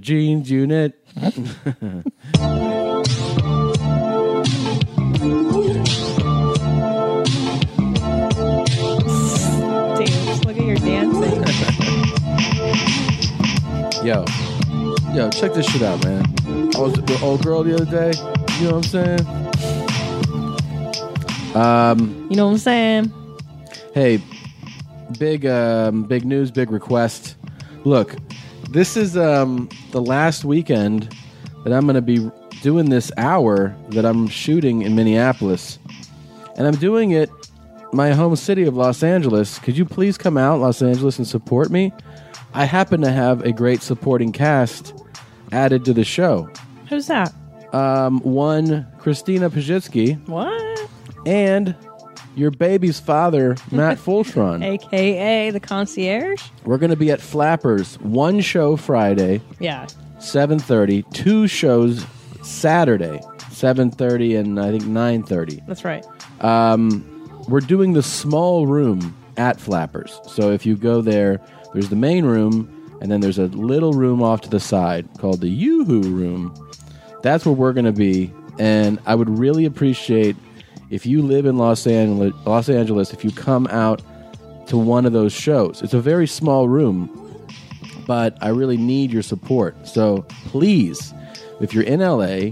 Jeans unit. Dance. Look at your dancing. Yo, yo, check this shit out, man. I was with an old girl the other day. You know what I'm saying? Um, You know what I'm saying? Hey, big, um, big news, big request. Look, this is um, the last weekend that I'm going to be doing this hour that I'm shooting in Minneapolis, and I'm doing it my home city of Los Angeles. Could you please come out, Los Angeles, and support me? I happen to have a great supporting cast added to the show. Who's that? Um, one, Christina Pajitsky, What? and your baby's father, Matt Fultron. AKA the concierge? We're going to be at Flappers, one show Friday, Yeah. 7:30, two shows Saturday, 7:30 and I think 9:30. That's right. We're doing the small room at Flappers. So if you go there, there's the main room and then there's a little room off to the side called the Yoo-hoo room. That's where we're going to be and I would really appreciate if you live in Los Angeles, Los Angeles, if you come out to one of those shows. It's a very small room, but I really need your support. So please, if you're in LA,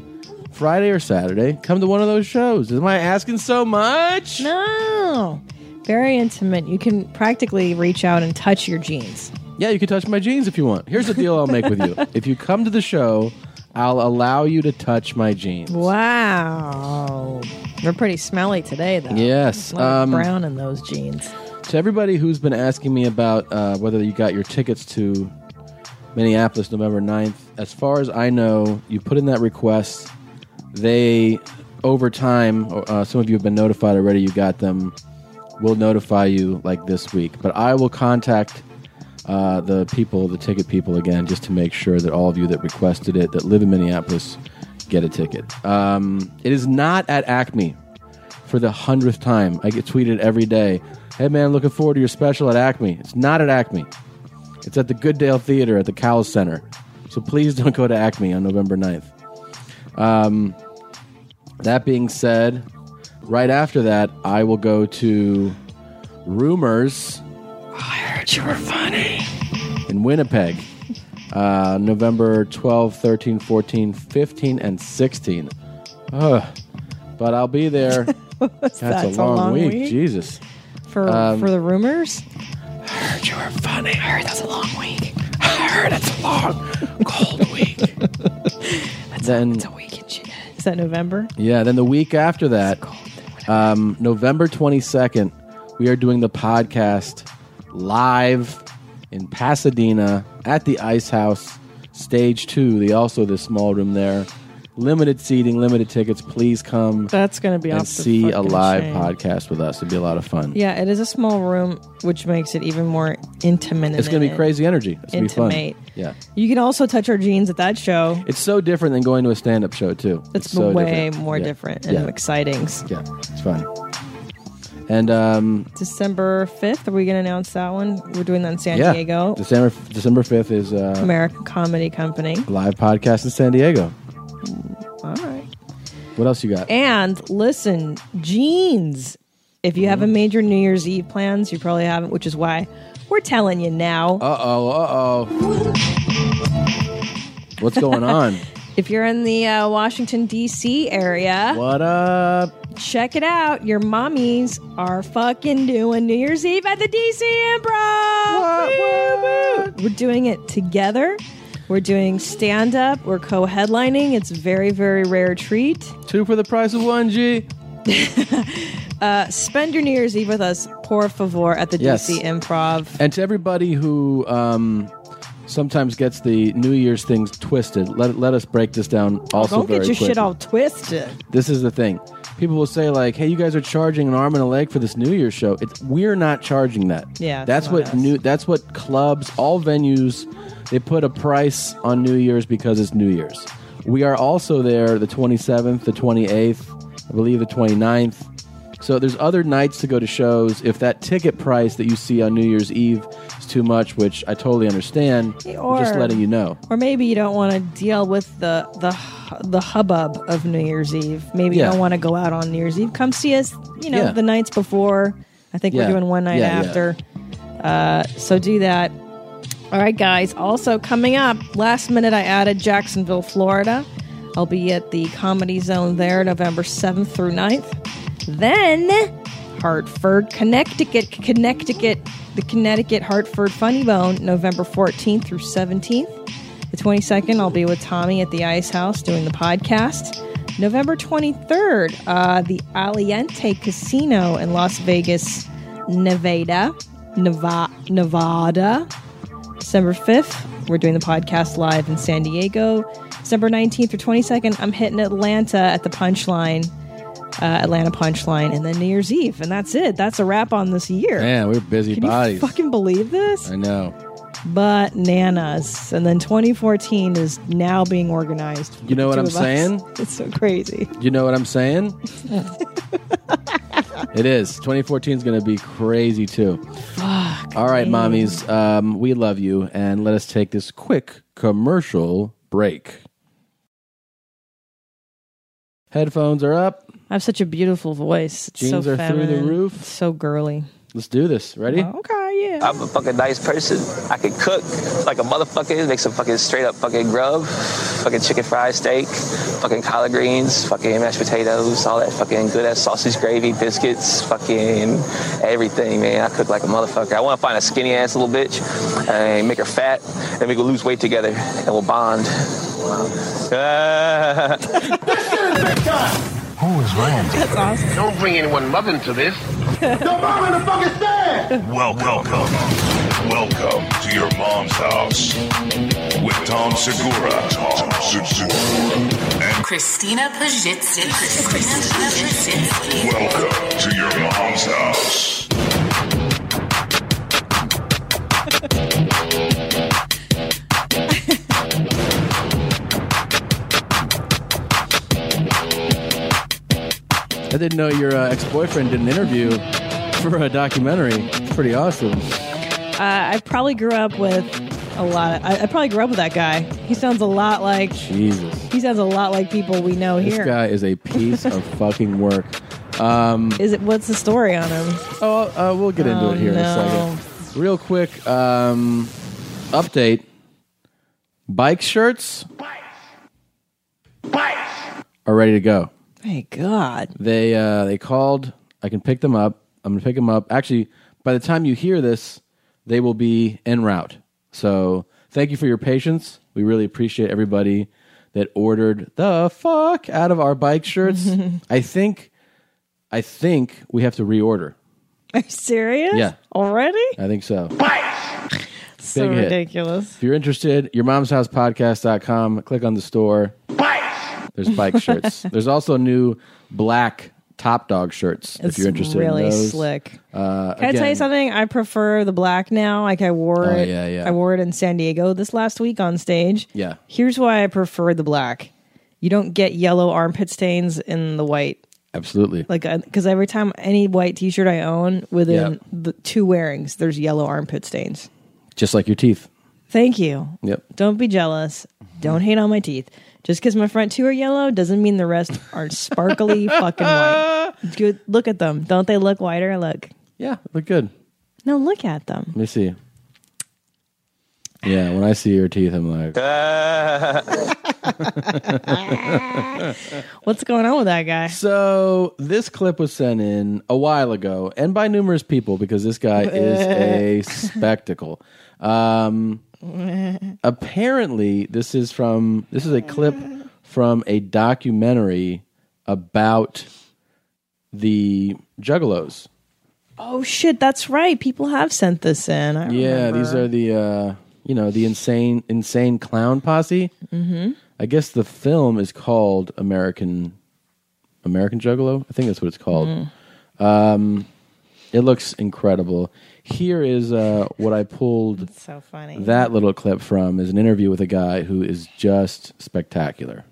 Friday or Saturday, come to one of those shows. Am I asking so much? No. Very intimate. You can practically reach out and touch your jeans. Yeah, you can touch my jeans if you want. Here's the deal I'll make with you. If you come to the show, I'll allow you to touch my jeans. Wow. They're pretty smelly today, though. Yes, A lot of um, brown in those jeans. To everybody who's been asking me about uh, whether you got your tickets to Minneapolis November 9th, as far as I know, you put in that request. They, over time, uh, some of you have been notified already, you got them. We'll notify you like this week. But I will contact uh, the people, the ticket people again, just to make sure that all of you that requested it, that live in Minneapolis, get a ticket. Um, it is not at Acme for the hundredth time. I get tweeted every day. Hey man, looking forward to your special at Acme. It's not at Acme. It's at the Goodale Theater at the Cowles Center. So please don't go to Acme on November 9th. Um, that being said, right after that, I will go to Rumors. I heard you were funny. In Winnipeg, uh, November 12, 13, 14, 15, and 16. Ugh. But I'll be there. That's, a long, week. Jesus. For, for the rumors? Heard you were funny. heard that's a long week. I heard it's a long, cold week. then, Is that November? yeah, then the week after that, um, November 22nd, we are doing the podcast live in Pasadena at the Ice House, Stage 2, the also the small room there. Limited seating, limited tickets. Please come That's going to be and off the see a fucking live chain. podcast with us. It'd be a lot of fun. Yeah, it is a small room, which makes it even more intimate. and It's going to be in- crazy energy. It's going to be fun. Intimate. Yeah. You can also touch our jeans at that show. It's so different than going to a stand-up show too. It's so way different. more Yeah. different and Yeah. exciting. yeah, it's fun. And um, December 5th, are we going to announce that one? We're doing that in San yeah, Diego. December December fifth is uh, American Comedy Company. live podcast in San Diego. All right. What else you got? And listen, jeans. If you Mm. haven't made your New Year's Eve plans, you probably haven't, which is why we're telling you now. Uh oh, uh oh. What's going on? if you're in the uh, Washington, D.C. area, what up? check it out. Your mommies are fucking doing New Year's Eve at the DC Improv. Woo, woo. We're doing it together. We're doing stand up. We're co headlining. It's a very, very rare treat. Two for the price of one, G. Uh, Spend your New Year's Eve with us, por favor, at the Yes. DC Improv. And to everybody who um, sometimes gets the New Year's things twisted, let let us break this down. Also, Oh, Don't get very your shit quickly. all twisted. this is the thing. People will say like, "Hey, you guys are charging an arm and a leg for this New Year's show." It's we're not charging that. Yeah, it's that's not what us. new. That's what clubs, all venues, they put a price on New Year's because it's New Year's. We are also there the 27th, the 28th, I believe the 29th. So there's other nights to go to shows. If that ticket price that you see on New Year's Eve is it's too much, which I totally understand. I'm just Or- letting you know. Or maybe you don't want to deal with the the hu- the hubbub of New Year's Eve. Maybe Yeah. you don't want to go out on New Year's Eve. Come see us, you know, Yeah. the nights before. I think Yeah. we're doing one night Yeah, yeah. after. Uh, so do that. All right, guys. Also coming up, last minute I added Jacksonville, Florida. I'll be at the Comedy Zone there November 7th through 9th. Then Hartford, Connecticut, Connecticut, the Connecticut Hartford Funny Bone, November 14th through 17th. The 22nd, I'll be with Tommy at the Ice House doing the podcast. November 23rd, uh, the Aliente Casino in Las Vegas, Nevada. Neva- Nevada. December 5th, we're doing the podcast live in San Diego. December 19th or 22nd, I'm hitting Atlanta at the Punchline, uh, Atlanta Punchline, and then New Year's Eve. And that's it. That's a wrap on this year. Man, we're busy Can you bodies. fucking believe this? I know. Bananas. And then 2014 is now being organized. for You know the what two I'm of saying? us. It's so crazy. You know what I'm saying? it is. 2014 is going to be crazy too. All right, mommies, um, we love you, and let us take this quick commercial break. Headphones are up. I have such a beautiful voice. It's Jeans so are through the feminine. roof. It's so girly. Let's do this. Ready? Okay, yeah. I'm a fucking nice person. I could cook like a motherfucker, make some fucking straight up fucking grub, fucking chicken fried steak, fucking collard greens, fucking mashed potatoes, all that fucking good ass sausage gravy, biscuits, fucking everything, man. I cook like a motherfucker. I want to find a skinny ass little bitch and make her fat, and we can lose weight together and we'll bond. Ah. Who is Randy? That's awesome. Don't bring anyone love into this. Your mom in the fucking stand! Welcome. Welcome to your mom's house with Tom Segura. Tom Segura. And Christina Pajitsky. Christina Pajitsky. welcome to your mom's house. I didn't know your uh, ex boyfriend did an interview for a documentary. It's pretty awesome. Uh, I probably grew up with a lot. Of, I, I probably grew up with that guy. He sounds a lot like Jesus. he sounds a lot like people we know This here. Is guy is a piece of fucking work. it? What's the story on him? Oh, uh, we'll get into Oh, it here in no. a second. Real quick um, update bike shirts are ready to go. My God, They uh, they called. I can pick them up. I'm gonna pick them up. Actually, by the time you hear this, they will be en route. So thank you for your patience. We really appreciate everybody that ordered the fuck out of our bike shirts. I think I think we have to reorder. are you serious? Yeah. already. I think so. so hit. ridiculous. If you're interested, your mom's house podcast.com, click on the store. There's bike shirts. There's also new black top dog shirts It's if you're interested really in those. slick. Uh, Can I tell you again, something? I prefer the black now. Like I wore Oh, it. yeah, yeah. I wore it in San Diego this last week on stage. Yeah. Here's why I prefer the black. You don't get yellow armpit stains in the white. Absolutely. like because every time any white t-shirt i own within Yeah. the two wearings there's yellow armpit stains Just like your teeth. thank you Yep. don't be jealous don't hate on my teeth just because my front two are yellow doesn't mean the rest aren't sparkly fucking white Good, look at them don't they look whiter look Yeah, look good. no look at them Let me see. Yeah, when I see your teeth, I'm like, what's going on with that guy So this clip was sent in a while ago, and by numerous people because this guy is a spectacle. Um, apparently, this is from this is a clip from a documentary about the Juggalos. oh shit that's right people have sent this in I Yeah, remember. these are the uh, you know the insane insane clown posse. Mm-hmm. I guess the film is called American American Juggalo. I think that's what it's called. Um, Mm. it looks incredible. Here is uh, what I pulled so funny that little clip from is an interview with a guy who is just spectacular.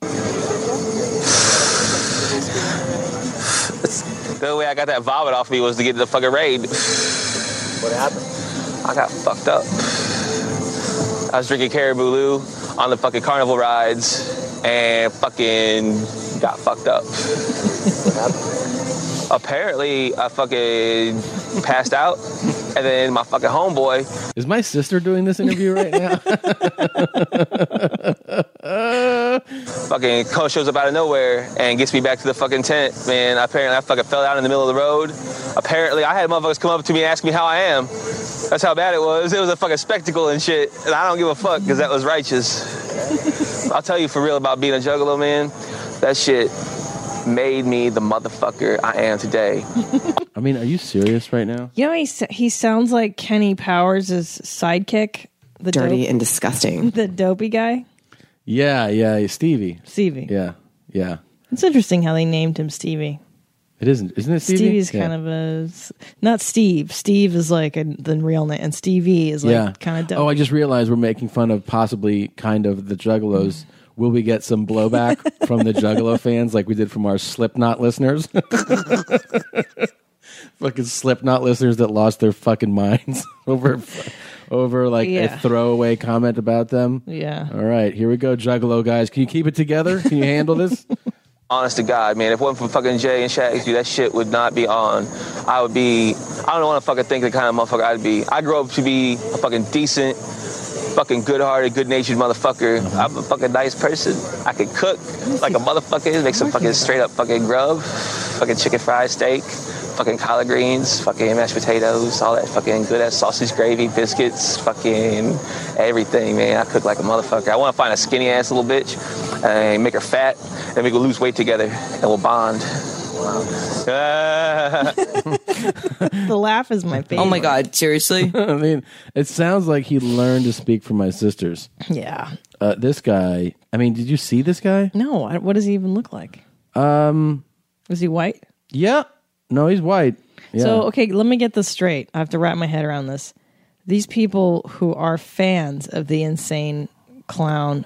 The way I got that vomit off me was to get the fucking raid. What happened? I got fucked up. I was drinking Caribou Lou on the fucking carnival rides and fucking got fucked up. Apparently, I fucking passed out, and then my fucking homeboy. Is my sister doing this interview right now? fucking coach shows up out of nowhere and gets me back to the fucking tent. Man, apparently I fucking fell out in the middle of the road. Apparently I had motherfuckers come up to me and ask me how I am. That's how bad it was. It was a fucking spectacle and shit. And I don't give a fuck because that was righteous. I'll tell you for real about being a juggalo, man. That shit made me the motherfucker I am today. I mean, are you serious right now? You know, he s- he sounds like Kenny Powers' sidekick, the Dirty dope- and disgusting. the dopey guy, Yeah, yeah, Stevie. Stevie. Yeah, yeah. It's interesting how they named him Stevie. It isn't, isn't it? Stevie? Stevie's Yeah. kind of a s- not Steve. Steve is like a, the real name, and Stevie is like yeah, kind of dope. Oh, I just realized we're making fun of possibly kind of the Juggalos. Mm-hmm. Will we get some blowback from the Juggalo fans like we did from our Slipknot listeners? fucking Slipknot listeners that lost their fucking minds over over like Yeah. a throwaway comment about them. yeah. All right, here we go, Juggalo guys. Can you keep it together? Can you handle this? Honest to God, man, if it wasn't for fucking Jay and Shaq, dude, that shit would not be on. I would be, I don't want to fucking think the kind of motherfucker I'd be. I grew up to be a fucking decent, fucking good hearted, good natured motherfucker. I'm a fucking nice person. I can cook like a motherfucker, make some fucking straight up fucking grub, fucking chicken fried steak, fucking collard greens, fucking mashed potatoes, all that fucking good ass sausage gravy, biscuits, fucking everything, man. I cook like a motherfucker. I want to find a skinny ass little bitch and make her fat, and we can lose weight together and we'll bond. Ah. The laugh is my favorite. Oh my God, seriously? I mean, it sounds like he learned to speak from my sisters. Yeah. Uh, this guy, I mean, did you see this guy? No. I, what does he even look like? Um. Is he white? Yeah. No, he's white. Yeah. So okay, let me get this straight. I have to wrap my head around this. These people who are fans of the insane clown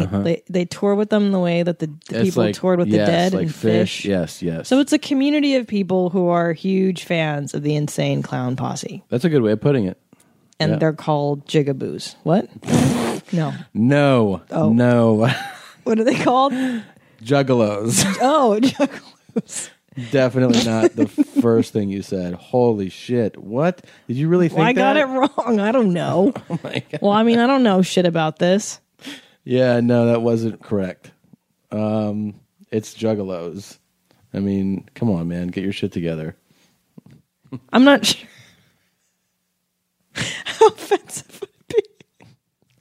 Posse, uh-huh. they they tour with them the way that the, the It's people like- toured with yes, the dead like and fish. Yes, yes. So it's a community of people who are huge fans of the insane clown posse, That's a good way of putting it. and Yeah. they're called jigaboos. What? no. No, Oh. no, What are they called? juggalos. Oh, Definitely not the first thing you said. Holy shit! What did you really think? I got it that? Oh wrong. I don't know. Well, I mean, I don't know shit about this. Yeah, no, that wasn't correct. Um, it's juggalos. I mean, come on, man, get your shit together. I'm not sure how offensive it would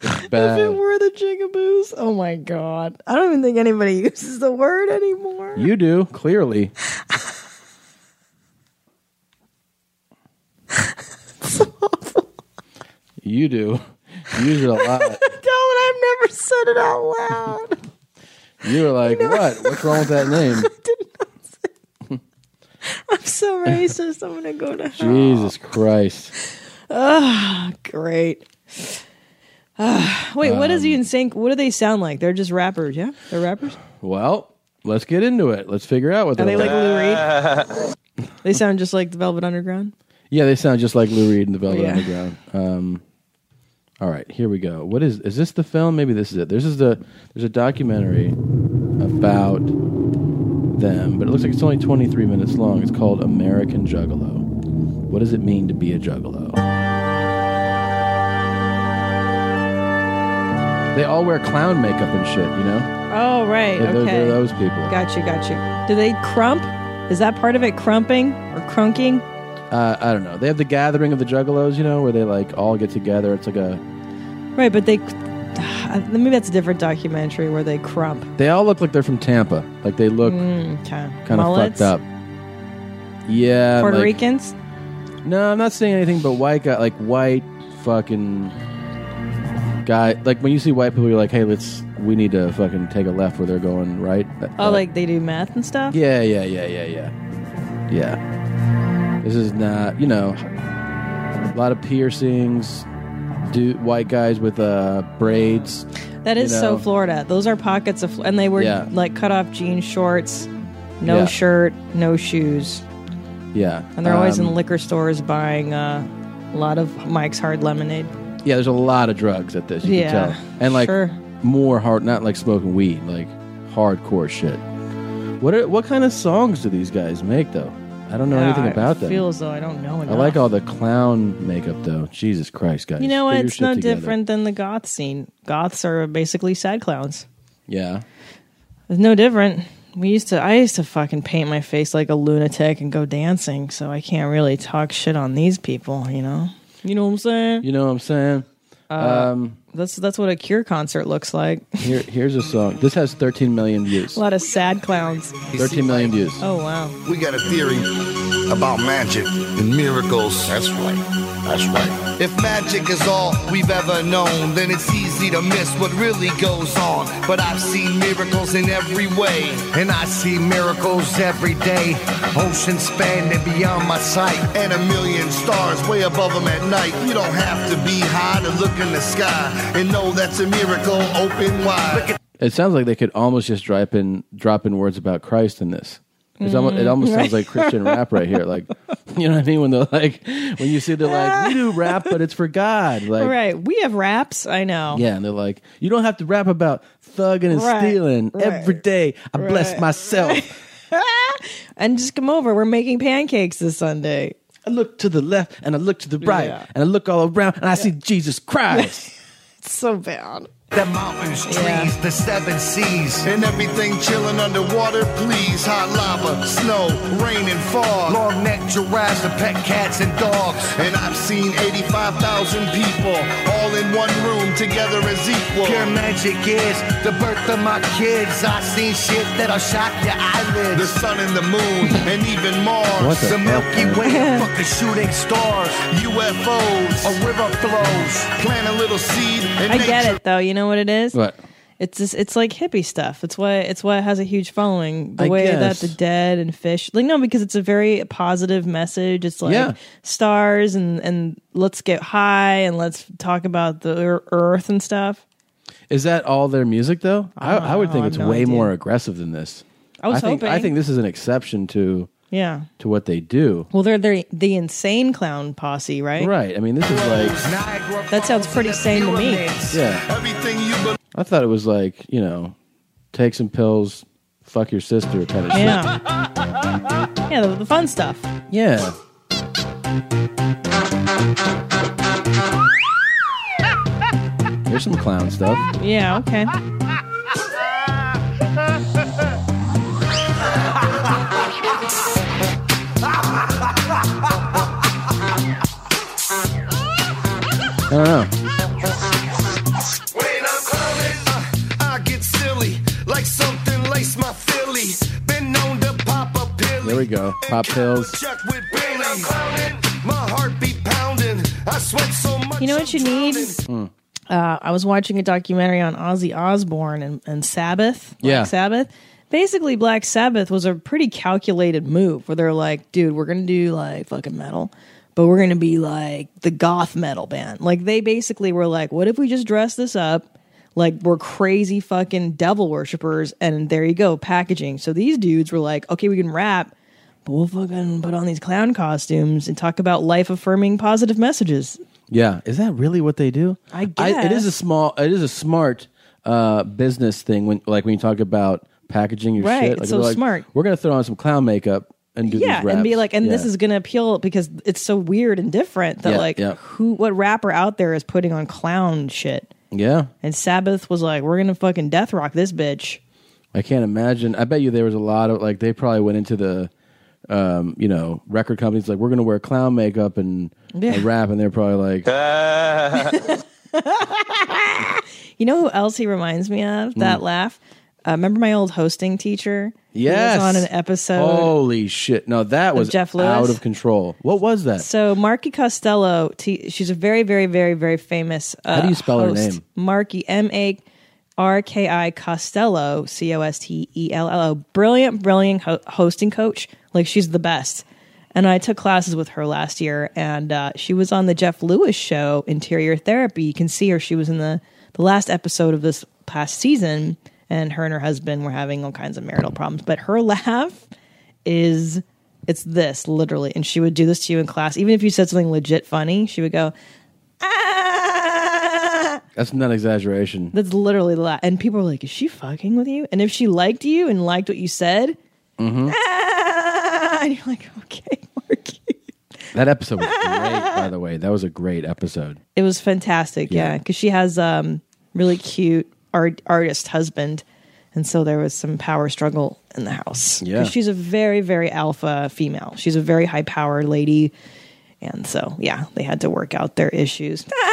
be if it Bad. were the jigaboos. Oh my god. I don't even think anybody uses the word anymore. You do clearly. You do. You use it a lot. don't. I've never said it out loud. You were like, what? What's wrong with that name? I'm so racist. I'm gonna go to hell. Jesus Christ. Great. Ah, wait, what Um, does he in sync? What do they sound like? They're just rappers, yeah? They're rappers. Well, let's get into it. Let's figure out what Are they're they like. like Lou Reed? they sound just like the Velvet Underground. Yeah, they sound just like Lou Reed and the Velvet Yeah. Underground. Um, all right, here we go. What is is this the film? Maybe this is it. This is the there's a documentary about them, but it looks like it's only 23 minutes long. It's called American Juggalo. What does it mean to be a juggalo? They all wear clown makeup and shit, you know? Oh right. They're- okay. they're- they're those people. Got you, got you. Do they crump? Is that part of it crumping or crunking? uh, I don't know. They have the gathering of the juggalos, you know, where they like all get together. It's like a Right, but they ah, maybe that's a different documentary where they crump. they all look like they're from Tampa. Like they look Mm, Okay. kind of fucked up. Yeah, Puerto like- Ricans? No, I'm not saying anything, but white guy, like white fucking guy. Like when you see white people, you're like, hey, let's we need to fucking take a left where they're going right. Uh, That- Oh, that- like they do meth and stuff? yeah, yeah, yeah, yeah, yeah, yeah. This is not, you know, a lot of piercings. Dude, white guys with uh braids. That is You so know. Florida. Those are pockets of, and they were Yeah. like cut off jean shorts, no Yeah. shirt, no shoes, Yeah, and they're always Um, in liquor stores buying uh, A lot of Mike's Hard Lemonade. Yeah, there's a lot of drugs at this. You can Yeah, tell, and like sure. more hard, not like smoking weed, like hardcore shit. What are, what kind of songs do these guys make though? I don't know anything Yeah, about I them. feel as though I don't know I enough. like all the clown makeup though. Jesus Christ, guys! You know what? Get your It's shit no together. different than the goth scene. Goths are basically sad clowns. Yeah, It's no different. We used to. I used to fucking paint my face like a lunatic and go dancing. So I can't really talk shit on these people. You know. You know what I'm saying? you know what I'm saying. um, That's that's what a Cure concert looks like. here, here's a song. This has 13 million views. a lot of sad clowns. 13 million views. Oh wow. We got a theory about magic and miracles. That's right. That's right. If magic is all we've ever known, then it's easy to miss what really goes on. But I've seen miracles in every way, and I see miracles every day. Oceans span and beyond my sight, and a million stars way above them at night. You don't have to be high to look in the sky and know that's a miracle open wide. Look at It sounds like they could almost just drop in drop in words about Christ in this. It's almost, it almost sounds Mm, like Christian rap right here. Like, you know what I mean? When they're like, when you see they're like, we do rap, but it's for God. Like, All right. We have raps. I know. yeah, and they're like, you don't have to rap about thugging and Right, stealing right, every day. I bless right, myself. And just come over. We're making pancakes this Sunday. I look to the left and I look to the right Yeah. and I look all around and I see Jesus Christ. So bad. The mountains, trees, Yeah. the seven seas, and everything chilling underwater. Please, hot lava, snow, rain, and fog. Long necked giraffes and pet cats and dogs. And I've seen 85,000 people all in one room together as equal. Pure magic is the birth of my kids. I've seen shit that'll shock your eyelids. The sun and the moon, and even Mars. What the the hell, Milky man? Way, fucking shooting stars. UFOs, a river flows. Plant a little seed, and I nature get it though. You know what it is? What? It's just, it's like hippie stuff. It's why it's why it has a huge following. The I way guess. that the dead and fish like no, because it's a very positive message. It's like Yeah. stars and and let's get high and let's talk about the ear- earth and stuff. Is that all their music though? I, I, would know. think I have it's no way idea. more aggressive than this. I was think, hoping. I think this is an exception to Yeah. to what they do. Well, they're they're the insane clown posse, right? Right. I mean, this is like That sounds pretty sane to me. Yeah. Everything you believe. I thought it was like, you know, take some pills, fuck your sister kind of Yeah. yeah, the, the fun stuff. shit. Yeah. There's some clown stuff. Yeah. Okay. I don't know. When I'm coming, uh, I get silly. Like something lace my Philly. Been known to pop a pill. There we go. Pop pills. Check with Billy. My heart be pounding. I sweat so much. You know what you need? Uh, I was watching a documentary on Ozzy Osbourne and, and Sabbath. Black Yeah. Sabbath. Basically, Black Sabbath was a pretty calculated move where they're like, dude, we're going to do like fucking metal, but we're going to be like the goth metal band. Like, they basically were like, what if we just dress this up? Like, we're crazy fucking devil worshippers. And there you go, packaging. So these dudes were like, okay, we can rap, but we'll fucking put on these clown costumes and talk about life affirming positive messages. Yeah. Is that really what they do? I it is a guess. small, it is a smart uh, business thing when, like, when you talk about packaging your Right, shit. it's Like, so they're like, smart. We're going to throw on some clown makeup and do yeah these raps. and be like and this Yeah. is gonna appeal because it's so weird and different that Yeah, like yeah. who what rapper out there is putting on clown shit Yeah. and sabbath was like we're gonna fucking death rock this bitch I can't imagine. I bet you there was a lot of like they probably went into the, um, you know, record companies like we're going to wear clown makeup and, Yeah. and rap, and they're probably like, you know who else he reminds me of Hmm. that laugh uh, remember my old hosting teacher He was yes, Oh. on an episode Holy shit! No, that was Jeff Lewis? out of control. What was that? So Marky Costello, t- she's a very, very, very, very famous. Uh, How do you spell her host. name? Marky M A R K I Costello C O S T E L L O. Brilliant, brilliant ho- hosting coach. Like she's the best. And I took classes with her last year, and uh, she was on the Jeff Lewis show, Interior Therapy. You can see her; she was in the the last episode of this past season, and her and her husband were having all kinds of marital problems. But her laugh is It's this, literally. And she would do this to you in class. Even if you said something legit funny, she would go, ah! That's not exaggeration. That's literally the la- And people were like, is she fucking with you? And if she liked you and liked what you said, "Ah!" and you're like, okay, Marky. That episode was great, by the way. That was a great episode. It was fantastic, yeah, because she has um really cute art, artist husband, and so there was some power struggle in the house. Yeah. 'Cause she's a very very alpha female. She's a very high power lady, and so yeah, they had to work out their issues.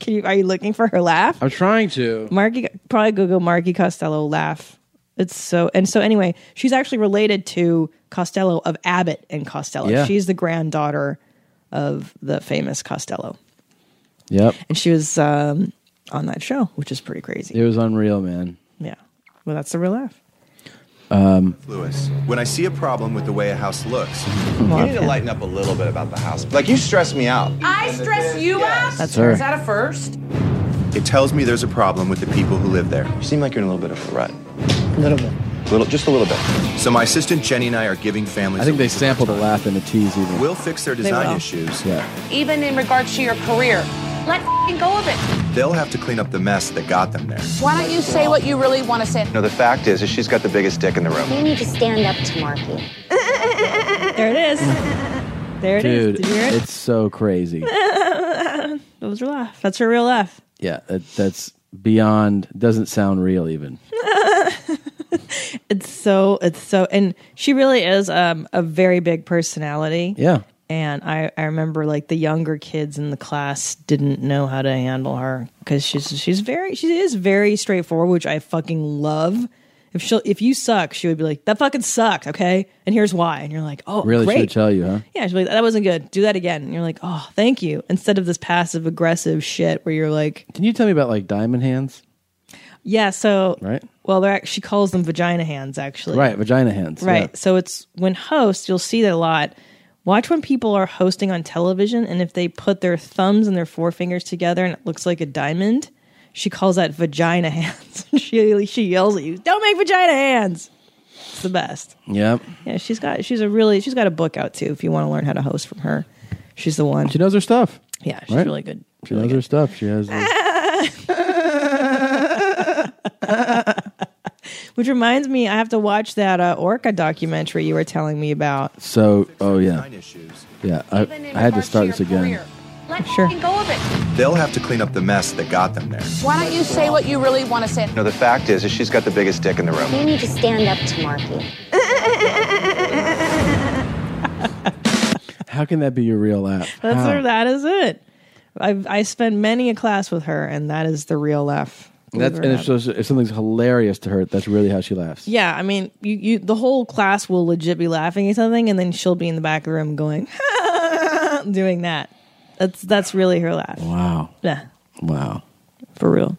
Can you? Are you looking for her laugh? I'm trying to. Marky probably Google Marky Costello laugh. It's so and so anyway, she's actually related to Costello of Abbott and Costello. Yeah. She's the granddaughter of the famous Costello. Yep. And she was um, on that show, which is pretty crazy. It was unreal, man. Yeah. Well that's the real laugh. Lewis, when I see a problem with the way a house looks, Well, you need to okay. lighten up a little bit about the house. Like, you stress me out. I stress you out? That's her. Is that a first? It tells me there's a problem with the people who live there. You seem like you're in a little bit of a rut. A little bit. Little, just a little bit. So my assistant Jenny and I are giving families. I think a- they sampled a laugh and a tease even. will fix their design will. issues. Yeah. Even in regards to your career. Let f***ing go of it. They'll have to clean up the mess that got them there. Why don't you say what you really want to say? No, the fact is, is she's got the biggest dick in the room. You need to stand up to Marky. There it is. There it is. Dude, Did you hear it? it's so crazy. That was her laugh. That's her real laugh. yeah, that, that's beyond, doesn't sound real even. It's so it's so and she really is um, a very big personality. Yeah. and I, I remember like the younger kids in the class didn't know how to handle her because she's she's very she is very straightforward, which I fucking love. If she will if you suck, she would be like that fucking sucked, okay, and here's why, and you're like, oh, Really should great, tell you, huh? yeah, she'd be like, that wasn't good, do that again, and you're like, oh, thank you, instead of this passive aggressive shit where you're like, Can you tell me about like diamond hands? yeah, so Right. well, they're act- she calls them vagina hands actually, Right, vagina hands. Right. yeah. So it's when hosts, you'll see that a lot. Watch when people are hosting on television and if they put their thumbs and their forefingers together and it looks like a diamond, she calls that vagina hands. she she yells at you, "Don't make vagina hands." It's the best. Yep. Yeah, she's got she's a really she's got a book out too if you want to learn how to host from her. She's the one. She knows her stuff. Yeah, she's Right. really good. She knows her stuff. She has. the- Which reminds me, I have to watch that uh, Orca documentary you were telling me about. so, oh yeah, Design issues. yeah. I, Even in I had to regards start your this again. career. Let Sure. f***ing go of it. They'll have to clean up the mess that got them there. Why don't you say what you really want to say? No, the fact is, is she's got the biggest dick in the room. You need to stand up to Marky. How can that be your real laugh? That's How? her, that is it. I've I spent many a class with her, and that is the real laugh. That's Believe it or and if, not. so- if something's hilarious to her, that's really how she laughs. yeah. I mean, you, you the whole class will legit be laughing at something, and then she'll be in the back of the room going, doing that. That's that's really her laugh. Wow. Yeah, Wow. for real.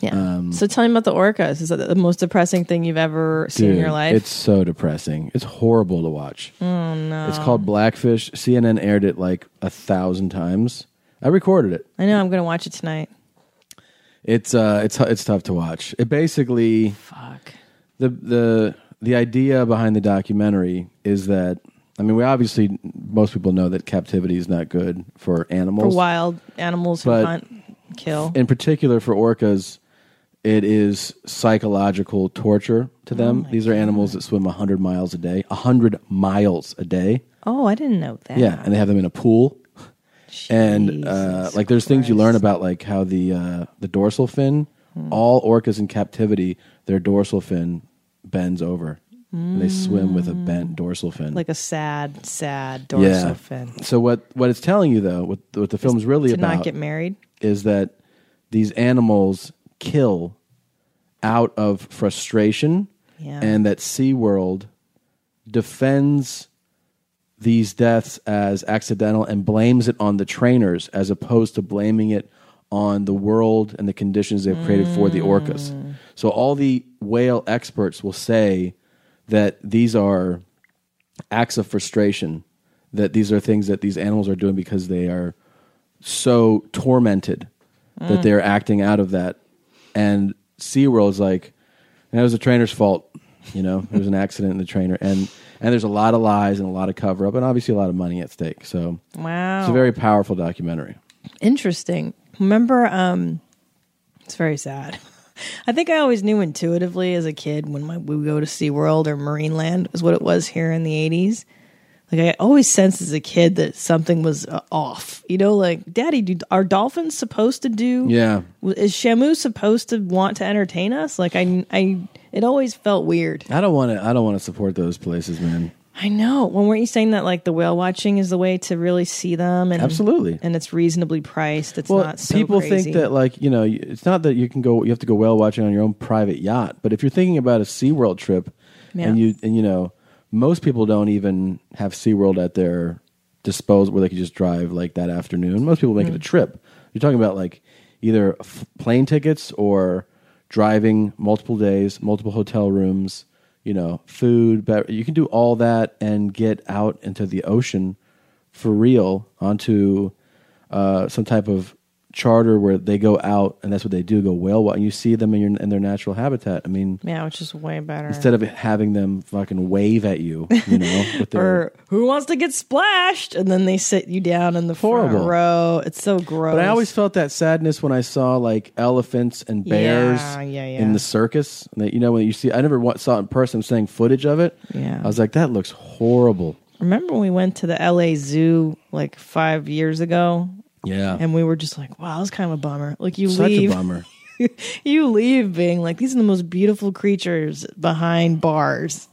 Yeah. Um, so tell me about the orcas. Is that the most depressing thing you've ever seen in Dude, your life? It's so depressing. It's horrible to watch. Oh no! It's called Blackfish. CNN aired it like a thousand times. I recorded it. I know. I'm going to watch it tonight. It's uh, it's it's tough to watch. It basically Fuck. the the the idea behind the documentary is that I mean we obviously most people know that captivity is not good for For animals. wild animals who But- hunt, kill. in particular for orcas, it is psychological torture Oh to them. These are animals that swim 100 miles a day, 100 miles a day. oh, I didn't know that. Yeah, and they have them in a pool. And uh, Jesus like there's things you learn about like how the uh, the dorsal fin, Hmm. all orcas in captivity, their dorsal fin bends over. And they swim with a bent dorsal fin. Hmm. like a sad, sad dorsal fin. So what what it's telling you though, what what the film's really to about not get married. is that these animals kill out of frustration Yeah. and that SeaWorld defends these deaths as accidental and blames it on the trainers as opposed to blaming it on the world and the conditions they've created for the orcas. So all the whale experts will say that these are acts of frustration, that these are things that these animals are doing because they are so tormented that Mm. they're acting out of that. And SeaWorld's like, and it was the trainer's fault. You know, it was an accident in the trainer, and and there's a lot of lies and a lot of cover up, and obviously a lot of money at stake. So Wow. it's a very powerful documentary. Interesting. Remember, um, it's very sad. I think I always knew intuitively as a kid when my, we would go to SeaWorld or Marineland is what it was here in the 80s. Like I always sensed as a kid that something was uh, off. You know, like, Daddy, do, are dolphins supposed to do? Yeah. w- Is Shamu supposed to want to entertain us? Like I, I, it always felt weird. I don't want to. I don't want to support those places, man. I know. When weren't you saying that like the whale watching is the way to really see them? And, Absolutely. And it's reasonably priced. It's not so people crazy. think that like you know, you- it's not that you can go. You have to go whale watching on your own private yacht, but if you're thinking about a SeaWorld trip, Yeah. and you and you know, most people don't even have SeaWorld at their disposal where they could just drive like that afternoon. Most people make it a Mm. trip. You're talking about like either f- plane tickets or driving multiple days, multiple hotel rooms, you know, food, bev- you can do all that and get out into the ocean for real onto uh, some type of charter where they go out and that's what they do go whale watch and you see them in your in their natural habitat i mean Yeah, which is way better. instead of having them fucking wave at you you know with their or who wants to get splashed? And then they sit you down in the Horrible. front row. It's so gross. But I always felt that sadness when I saw like elephants and bears Yeah, yeah, yeah. in the circus. And That you know when you see, I never wa- saw it in person. I'm seeing footage of it. Yeah. I was like, that looks horrible. remember when we went to the LA Zoo like five years ago, Yeah, and we were just like, "Wow, that's kind of a bummer." Like you such leave, a bummer. you leave being like, "These are the most beautiful creatures behind bars."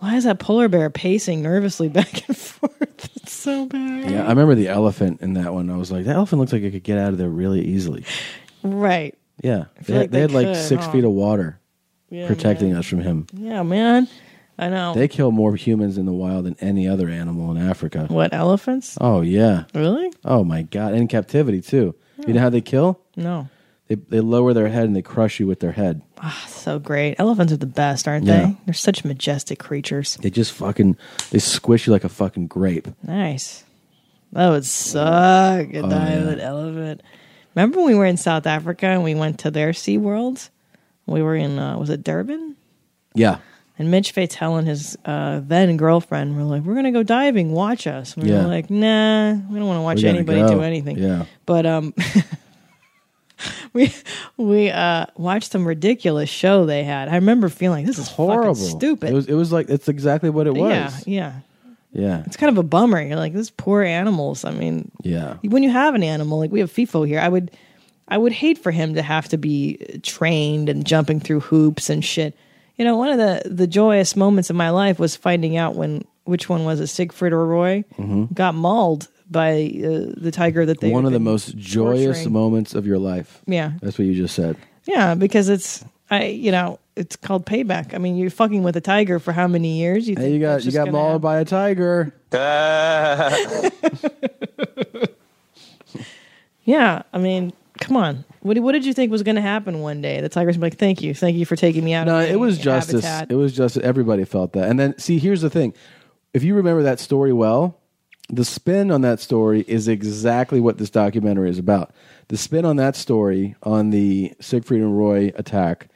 Why is that polar bear pacing nervously back and forth? It's so bad. Yeah, I remember the elephant in that one. I was like, that elephant looks like it could get out of there really easily. Right. Yeah, I they, feel like they they had like could, six huh? feet of water Yeah, protecting us from him. Yeah, man. I know. They kill more humans in the wild than any other animal in Africa. What elephants? Oh yeah, Really? Oh my god, and in captivity too. You know how they kill? No. They they lower their head and they crush you with their head. Ah, so great. Elephants are the best, aren't Yeah. they? They're such majestic creatures. They just fucking they squish you like a fucking grape. Nice. That would suck to Oh, die yeah. with an elephant. Remember when we were in South Africa and we went to their Sea World? We were in uh, was it Durban? Yeah. And Mitch Fatel and his uh, then girlfriend were like, "We're gonna go diving. Watch us." And we Yeah. were like, "Nah, we don't want to watch gotta anybody go. do anything." Yeah. But um, we we uh, watched some ridiculous show they had. I remember feeling this is horrible, stupid. It was it was like it's exactly what it was. Yeah, yeah. Yeah. It's kind of a bummer. You're like, this poor animals. I mean, Yeah. when you have an animal like we have FIFO here, I would, I would hate for him to have to be trained and jumping through hoops and shit. You know, one of the the joyous moments of my life was finding out when which one was it, Siegfried or Roy, Mhm. got mauled by uh, the tiger that they One of the been most joyous torturing. moments of your life. Yeah. That's what you just said. Yeah, because it's I you know it's called payback. I mean, you're fucking with a tiger for how many years? You Hey, you got that's you just got gonna mauled by a tiger. Yeah, I mean, come on. What, did- what did you think was going to happen one day? The tiger's gonna be like, "Thank you, thank you for taking me out." No, of my it was justice. habitat." It was justice. Everybody felt that. And then, see, here's the thing: if you remember that story well, the spin on that story is exactly what this documentary is about. The spin on that story on the Siegfried and Roy attack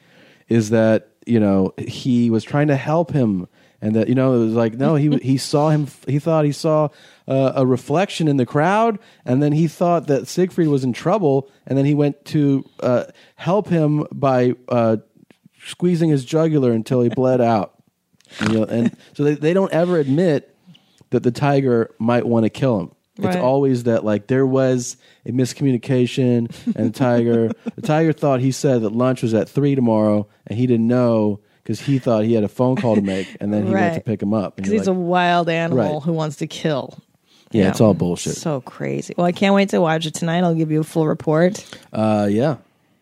is that you know he was trying to help him, and that you know it was like no, he he saw him. He thought he saw uh, a reflection in the crowd, and then he thought that Siegfried was in trouble, and then he went to uh, help him by. Uh, squeezing his jugular until he bled out. You know, and so they, they don't ever admit that the tiger might want to kill him. It's Right. always that like there was a miscommunication and the tiger the tiger thought he said that lunch was at three tomorrow and he didn't know because he thought he had a phone call to make and then he went to Right. pick him up. And because you're he's like, a wild animal Right. who wants to kill. yeah, you it's know. all bullshit. So crazy. Well, I can't wait to watch it tonight. I'll give you a full report. Uh, yeah.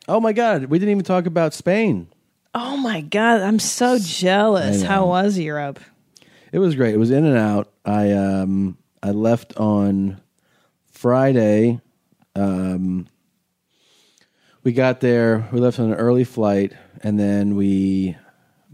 Oh my God, we didn't even talk about Spain. Oh my god, I'm so jealous. I know. How was Europe? It was great. It was in and out. I um I left on Friday. Um we got there, we left on an early flight, and then we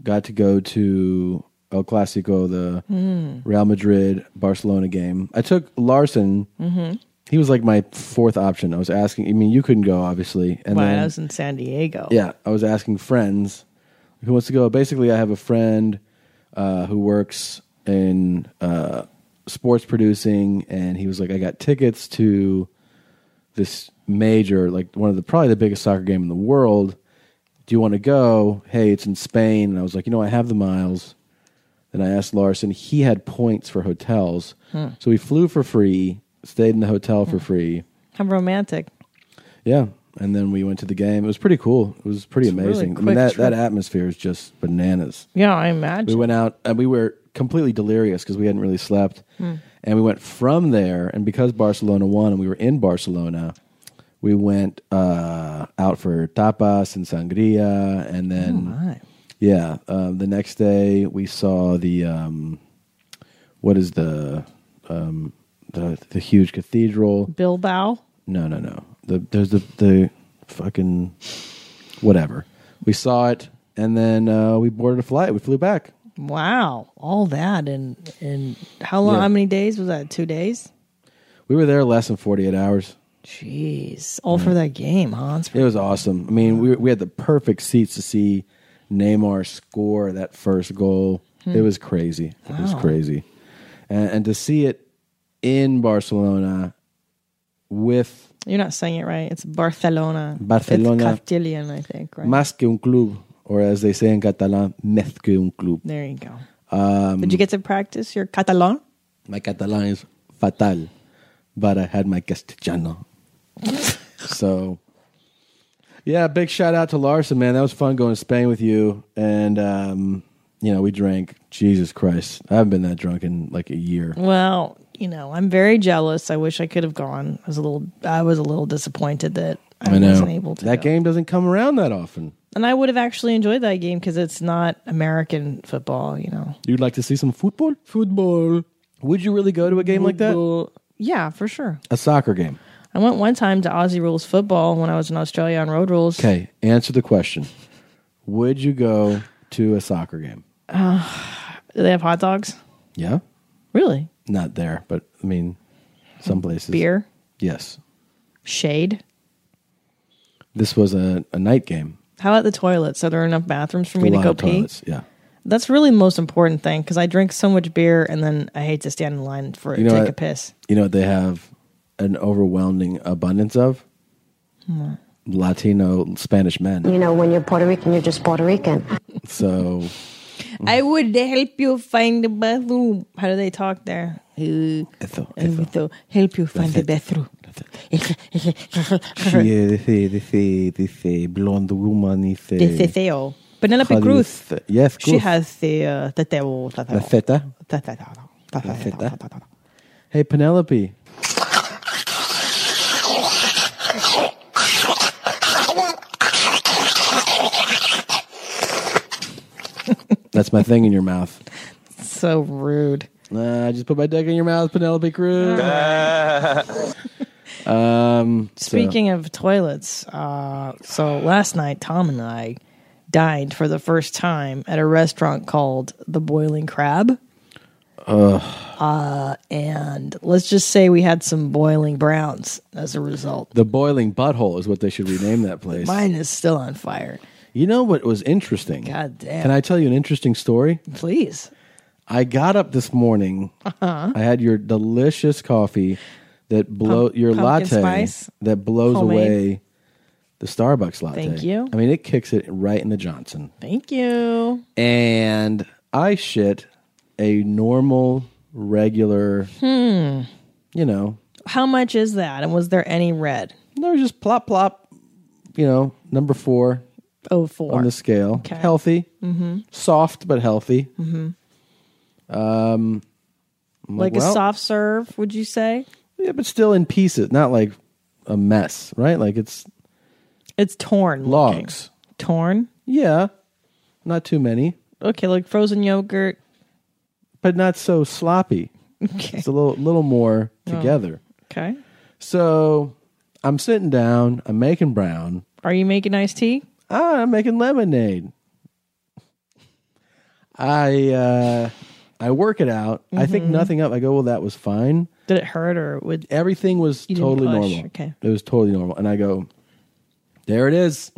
got to go to El Clasico, the Mm. Real Madrid Barcelona game. I took Larson. Mm-hmm. He was like my fourth option. I was asking I mean you couldn't go obviously. And Well, then, I was in San Diego. yeah, I was asking friends who wants to go. Basically, I have a friend uh, who works in uh, sports producing, and he was like, "I got tickets to this major, like one of the probably the biggest soccer game in the world. Do you want to go? Hey, it's in Spain." And I was like, "You know, I have the miles." Then I asked Larson. He had points for hotels, Hmm. so we flew for free, stayed in the hotel for free. How romantic. Yeah, and then we went to the game. It was pretty cool. It was pretty It's a really amazing. I mean, quick that trip. that atmosphere is just bananas. Yeah, I imagine. We went out and we were completely delirious because we hadn't really slept, Hmm. and we went from there. And because Barcelona won, and we were in Barcelona, we went uh, out for tapas and sangria, and then my. yeah, um, the next day we saw the um, what is the um, the the huge cathedral Bilbao. no, no, no. The there's the the fucking whatever. We saw it and then uh, we boarded a flight. We flew back. Wow, all that and and how long? Yeah. How many days was that? Two days. We were there less than 48 hours. Jeez, all for that game, huh? It's It was awesome. I mean, we we had the perfect seats to see Neymar score that first goal. Hmm. It was crazy. It was Wow. crazy, and, and to see it in Barcelona with You're not saying it right. It's Barcelona. Barcelona. It's Castilian, I think. Right. más que un club, or as they say in Catalan, mez que un club. There you go. Um, Did you get to practice your Catalan? My Catalan is fatal, but I had my Castellano. so, yeah, big shout out to Larson, man. That was fun going to Spain with you. And, um, you know, we drank. Jesus Christ. I haven't been that drunk in like a year. Well, you know, I'm very jealous. I wish I could have gone. I was a little. I was a little disappointed that I, wasn't able to. That game doesn't come around that often. And I would have actually enjoyed that game because it's not American football. You know. You'd like to see some football? Football. Would you really go to a game like that? Yeah, for sure. A soccer game. I went one time to Aussie Rules football when I was in Australia on road rules. Okay, answer the question Would you go to a soccer game? Uh, do they have hot dogs? Yeah. Really? Not there, but I mean, some places. Beer? Yes. Shade? This was a, a night game. How about the toilets? Are there enough bathrooms for me A to lot go of pee? toilets, Yeah. That's really the most important thing because I drink so much beer and then I hate to stand in line for take what, a piss. You know what they have an overwhelming abundance of? Hmm. What? Latino Spanish men. Mm. You know, when you're Puerto Rican, you're just Puerto Rican. So Mm. I would help you find the bathroom. How do they talk there? Uh, I will help you find the bathroom. dice, dice, dice, blonde woman, dice. The Teteo. Penelope How do you Cruz. th- yes, She Cruz. has the uh, Teteo. La feta. Teteo. La feta. Hey, Penelope. That's my thing in your mouth. So rude. Uh, I just put my dick in your mouth, Penelope Cruz. um, so- Speaking of toilets, uh, so last night Tom and I dined for the first time at a restaurant called The Boiling Crab. Ugh. Uh, and let's just say we had some boiling browns as a result. the boiling butthole is what they should rename that place. Mine is still on fire. You know what was interesting? God damn. Can I tell you an interesting story? Please. I got up this morning. Uh-huh. I had your delicious coffee that blow Pump- your latte pumpkin spice? that blows Homemade? away the Starbucks latte. Thank you. I mean, it kicks it right in the Johnson. Thank you. And I shit a normal, regular, Hmm. you know, How much is that? And was there any red? There was just plop plop. you know, number four Oh four. on the scale. Healthy, Mm-hmm. soft but healthy. Mm-hmm. Um, I'm Like a well, soft serve, would you say? Yeah, but still in pieces, not like a mess, right? Like it's It's torn. logs. Torn? Yeah. Not too many, Okay, like frozen yogurt. but not so sloppy. Okay. It's a little little more Oh. together. Okay. So I'm sitting down. I'm making brown. Are you making iced tea? Ah, I'm making lemonade. I uh, I work it out. I think Mhm. nothing up. I go, well, that was fine. Did it hurt or would everything was You didn't totally push, normal? okay. it was totally normal. And I go, there it is,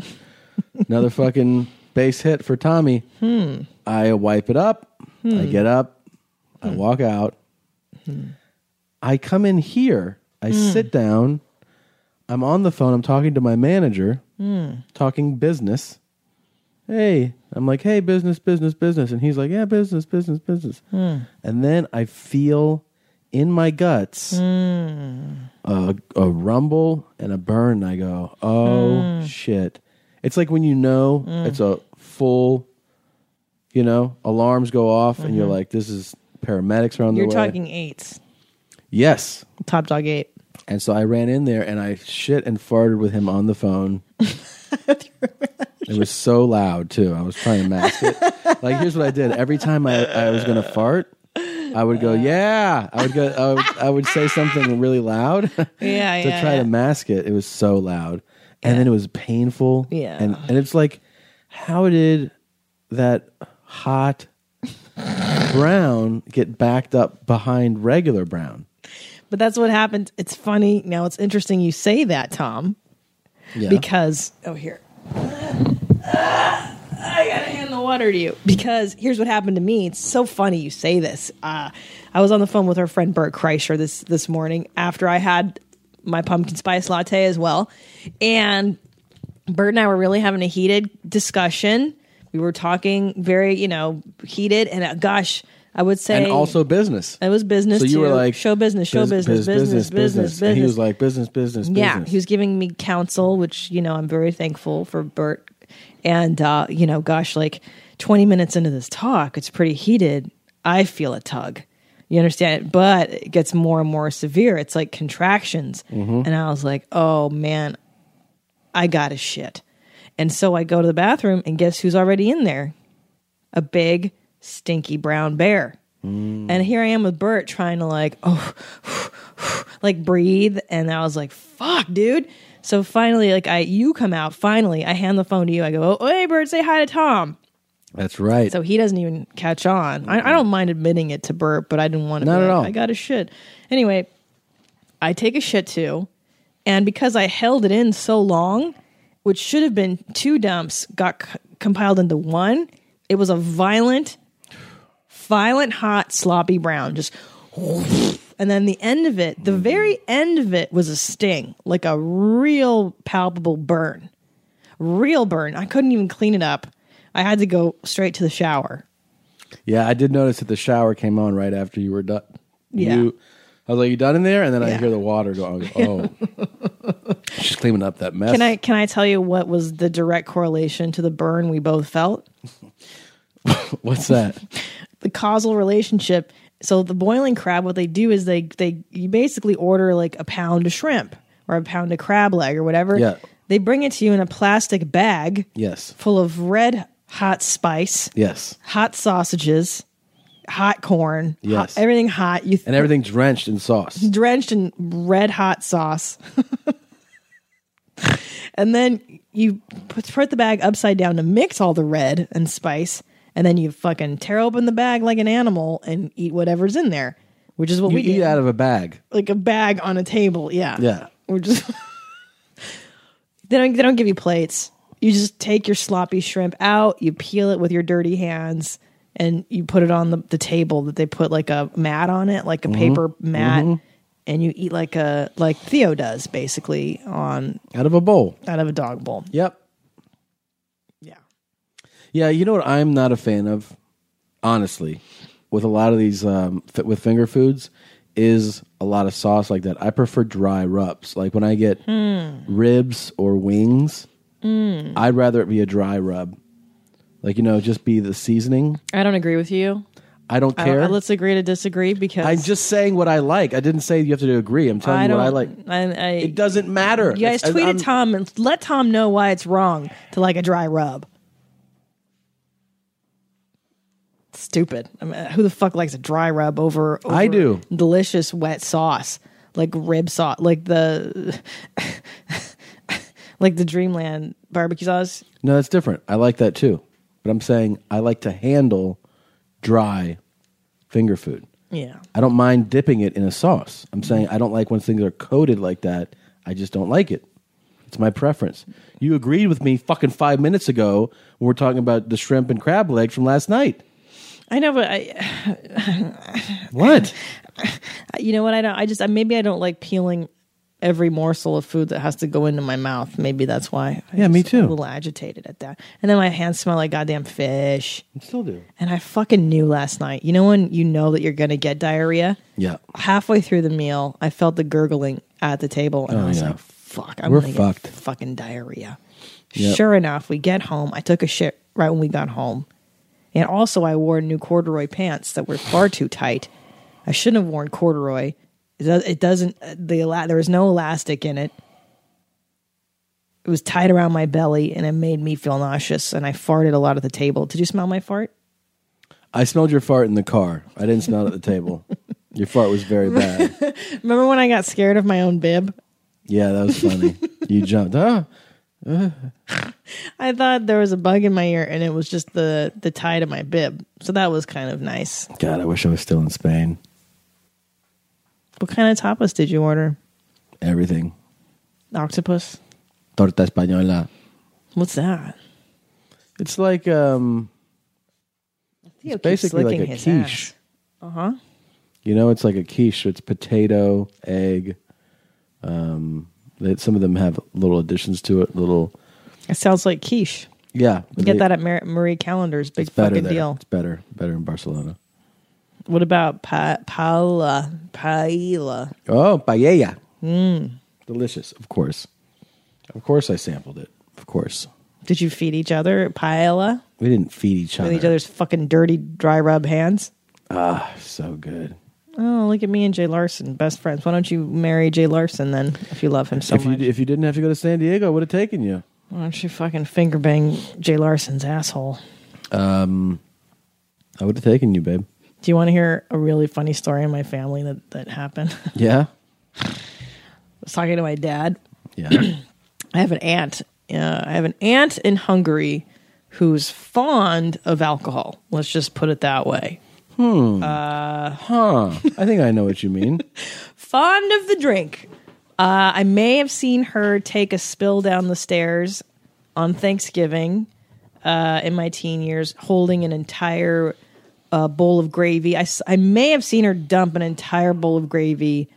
another fucking base hit for Tommy. Hmm. I wipe it up. Hmm. I get up. I walk out. I come in here. I Hmm. sit down. I'm on the phone. I'm talking to my manager, Mm. talking business. Hey, I'm like, hey, business, business, business. And he's like, yeah, business, business, business. Hmm. And then I feel in my guts Hmm. a, a rumble and a burn. And I go, oh Hmm. shit. It's like when you know Mm. it's a full, you know, alarms go off and you're Mhm. like, this is paramedics are on You're the way. talking eights. Yes. Top dog eight. And so I ran in there and I shit and farted with him on the phone. it was so loud too. I was trying to mask it. like here's what I did. Every time I, I was gonna fart, I would go, Yeah. I would go I would, I would say something really loud Yeah, to yeah, try yeah. to mask it. It was so loud. And then it was painful. Yeah. And and it's like, how did that hot brown get backed up behind regular brown? But that's what happened. It's funny. Now it's interesting you say that, Tom. Yeah. Because oh here. I gotta hand the water to you. Because here's what happened to me. It's so funny you say this. Uh, I was on the phone with our friend Bert Kreischer this this morning after I had my pumpkin spice latte as well. And Bert and I were really having a heated discussion. We were talking very, you know, heated and uh, gosh, I would say and also business. it was business. so you were too. like show business, show "Bus- business, bus- business, business, business. And he was like business, business, business. Yeah, he was giving me counsel, which you know I'm very thankful for Bert. And uh, you know, gosh, like 20 minutes into this talk, it's pretty heated. I feel a tug. You understand? But it gets more and more severe. It's like contractions. Mhm. And I was like, oh man, I got to shit. And so I go to the bathroom, and guess who's already in there? A big, stinky brown bear. And here I am with Bert trying to like, oh, like breathe. And I was like, fuck, dude. So finally, like I, you come out. Finally, I hand the phone to you. I go, oh, hey, Bert, say hi to Tom. That's right. So he doesn't even catch on. I, I don't mind admitting it to Bert, but I didn't want to. Not be at like, all. I got a shit. Anyway, I take a shit too, and because I held it in so long, which should have been two dumps, got c- compiled into one. It was a violent, violent, hot, sloppy brown. Just. And then the end of it, the very end of it was a sting, like a real palpable burn. Real burn. I couldn't even clean it up. I had to go straight to the shower. yeah, I did notice that the shower came on right after you were done. Yeah. You, I was like, "You done in there?" And then I Yeah. hear the water go. I go, oh, she's cleaning up that mess. Can I can I tell you what was the direct correlation to the burn we both felt? What's that? The causal relationship. So the boiling crab, what they do is they they you basically order like a pound of shrimp or a pound of crab leg or whatever. Yeah. They bring it to you in a plastic bag Yes. full of red hot spice, Yes. hot sausages, hot corn, hot- Yes. everything hot. You And everything drenched in sauce. drenched in red hot sauce. and then you put, put the bag upside down to mix all the red and spice. And then you fucking tear open the bag like an animal and eat whatever's in there, which is what you we eat did. out of a bag. Like a bag on a table. Yeah. Yeah. We're just. they, don't, they don't give you plates. You just take your sloppy shrimp out, you peel it with your dirty hands. And you put it on the, the table that they put like a mat on it, like a Mhm. paper mat, Mhm. and you eat like a like Theo does basically on out of a bowl, out of a dog bowl. Yep. Yeah, you know what I'm not a fan of, honestly, with a lot of these um, fi- with finger foods is a lot of sauce like that. I prefer dry rubs. Like when I get Hmm. ribs or wings, Mm. I'd rather it be a dry rub. Like you know, just be the seasoning. I don't agree with you. I don't I- care. I, let's agree to disagree because am just saying what I like. I didn't say you have to agree. I'm telling I you what I don't- like. I, I, It doesn't matter. You guys It's- tweeted I'm- Tom and let Tom know why it's wrong to like a dry rub. stupid. I mean, who the fuck likes a dry rub over, over I do. delicious wet sauce like rib sauce, like the like the Dreamland barbecue sauce? No, that's different. I like that too. But I'm saying I like to handle dry finger food. Yeah. I don't mind dipping it in a sauce. I'm saying I don't like when things are coated like that. I just don't like it. It's my preference. You agreed with me fucking five minutes ago when we are talking about the shrimp and crab leg from last night. I know, but I What? you know what I don't. I just maybe I don't like peeling every morsel of food that has to go into my mouth. Maybe that's why. I Yeah, me was A too. little agitated at that, and then my hands smell like goddamn fish. still do. And I fucking knew last night. You know when you know that you're gonna get diarrhea. Yeah. Halfway through the meal, I felt the gurgling at the table, and Oh, I was yeah. like, "Fuck, I'm We're gonna fucked. get fucking diarrhea." Yep. Sure enough, we get home. I took a shit right when we got home, and also I wore new corduroy pants that were far too tight. I shouldn't have worn corduroy. It does- It doesn't. uh, The ela- there was no elastic in it. It was tied around my belly, and it made me feel nauseous. And I farted a lot at the table. Did you smell my fart? I smelled your fart in the car. I didn't smell it at the table. Your fart was very bad. Remember when I got scared of my own bib? Yeah, that was funny. you jumped. Ah, ah. I thought there was a bug in my ear, and it was just the the tie to my bib. So that was kind of nice. God, I wish I was still in Spain. What kind of tapas did you order? Everything. Octopus. Torta española. What's that? It's like um Theo keeps basically like licking a his quiche. Uh huh. You know, it's like a quiche. It's potato, egg. Um, they, some of them have little additions to it. Little, It sounds like quiche. yeah. they- You get that at Mar- Marie Callender's big it's better fucking there. deal. It's better, better in Barcelona. What about pa- paella? Paella. Oh, paella, Mm. delicious, of course. Of course, I sampled it. Of course, Did you feed each other paella we didn't feed each with other. each other's fucking dirty dry rub hands? Ah, so good. Oh, look at me and Jay Larson, best friends. Why don't you marry Jay Larson then, if you love him so if much? you if you didn't have to go to San Diego, it would have taken you. Why don't you fucking finger bang Jay Larson's asshole? Um, I would have taken you, babe. Do you want to hear a really funny story in my family that, that happened? I Yeah, was talking to my dad. yeah. I have an aunt. Uh, I have an aunt in Hungary who's fond of alcohol. Let's just put it that way. hmm. Uh, huh. I think I know what you mean. fond of the drink. Uh, I may have seen her take a spill down the stairs on Thanksgiving uh, in my teen years, holding an entire uh, bowl of gravy. I, s- I may have seen her dump an entire bowl of gravy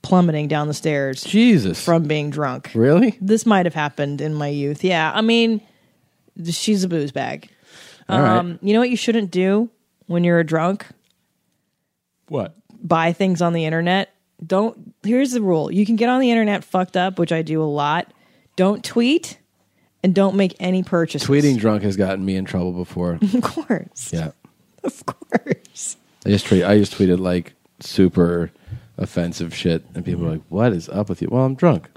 plummeting down the stairs. Jesus. From being drunk. Really? This might have happened in my youth. Yeah. I mean, she's a booze bag. Um, All right. You know what you shouldn't do when you're a drunk? What? buy things on the internet, don't. Here's the rule: you can get on the internet fucked up, which I do a lot. Don't tweet, and don't make any purchases. Tweeting drunk has gotten me in trouble before. of course, yeah. of course. I just tweet. I just tweeted like super offensive shit, and people are like, "What is up with you?" Well, I'm drunk.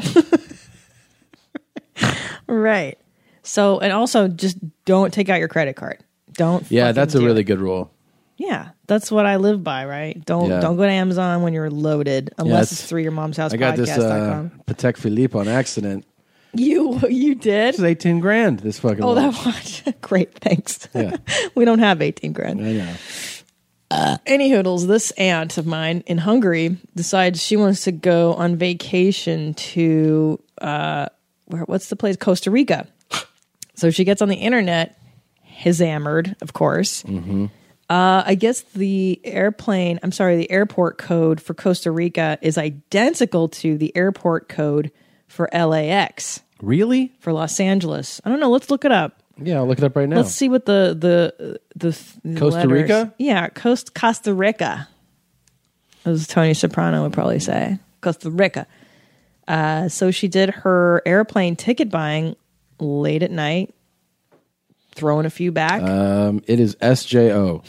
Right. So, and also, just don't take out your credit card. Don't. Yeah, fucking that's a do really it. good rule. Yeah, that's what I live by. Right. Don't Yeah. don't go to Amazon when you're loaded, Yeah, unless that's- it's through your mom's house. I got this uh, podcast.com. Patek Philippe on accident. You you did. This is eighteen grand. This fucking. Oh, that watch. watch. Great. Thanks. Yeah. we don't have eighteen grand. I know. any hoodles, this aunt of mine in Hungary decides she wants to go on vacation to uh, where? What's the place? Costa Rica. So she gets on the internet, hammered, of course. Mm-hmm. Uh, I guess the airplane, I'm sorry, the airport code for Costa Rica is identical to the airport code for LAX. Really? For Los Angeles. I don't know. Let's look it up. Yeah, I'll look it up right now. Let's see what the the the th- Costa letters- Rica? Yeah, Coast Costa Rica. As Tony Soprano would probably say, Costa Rica. Uh, so she did her airplane ticket buying late Uh, at night, throwing a few back. Um, it is SJO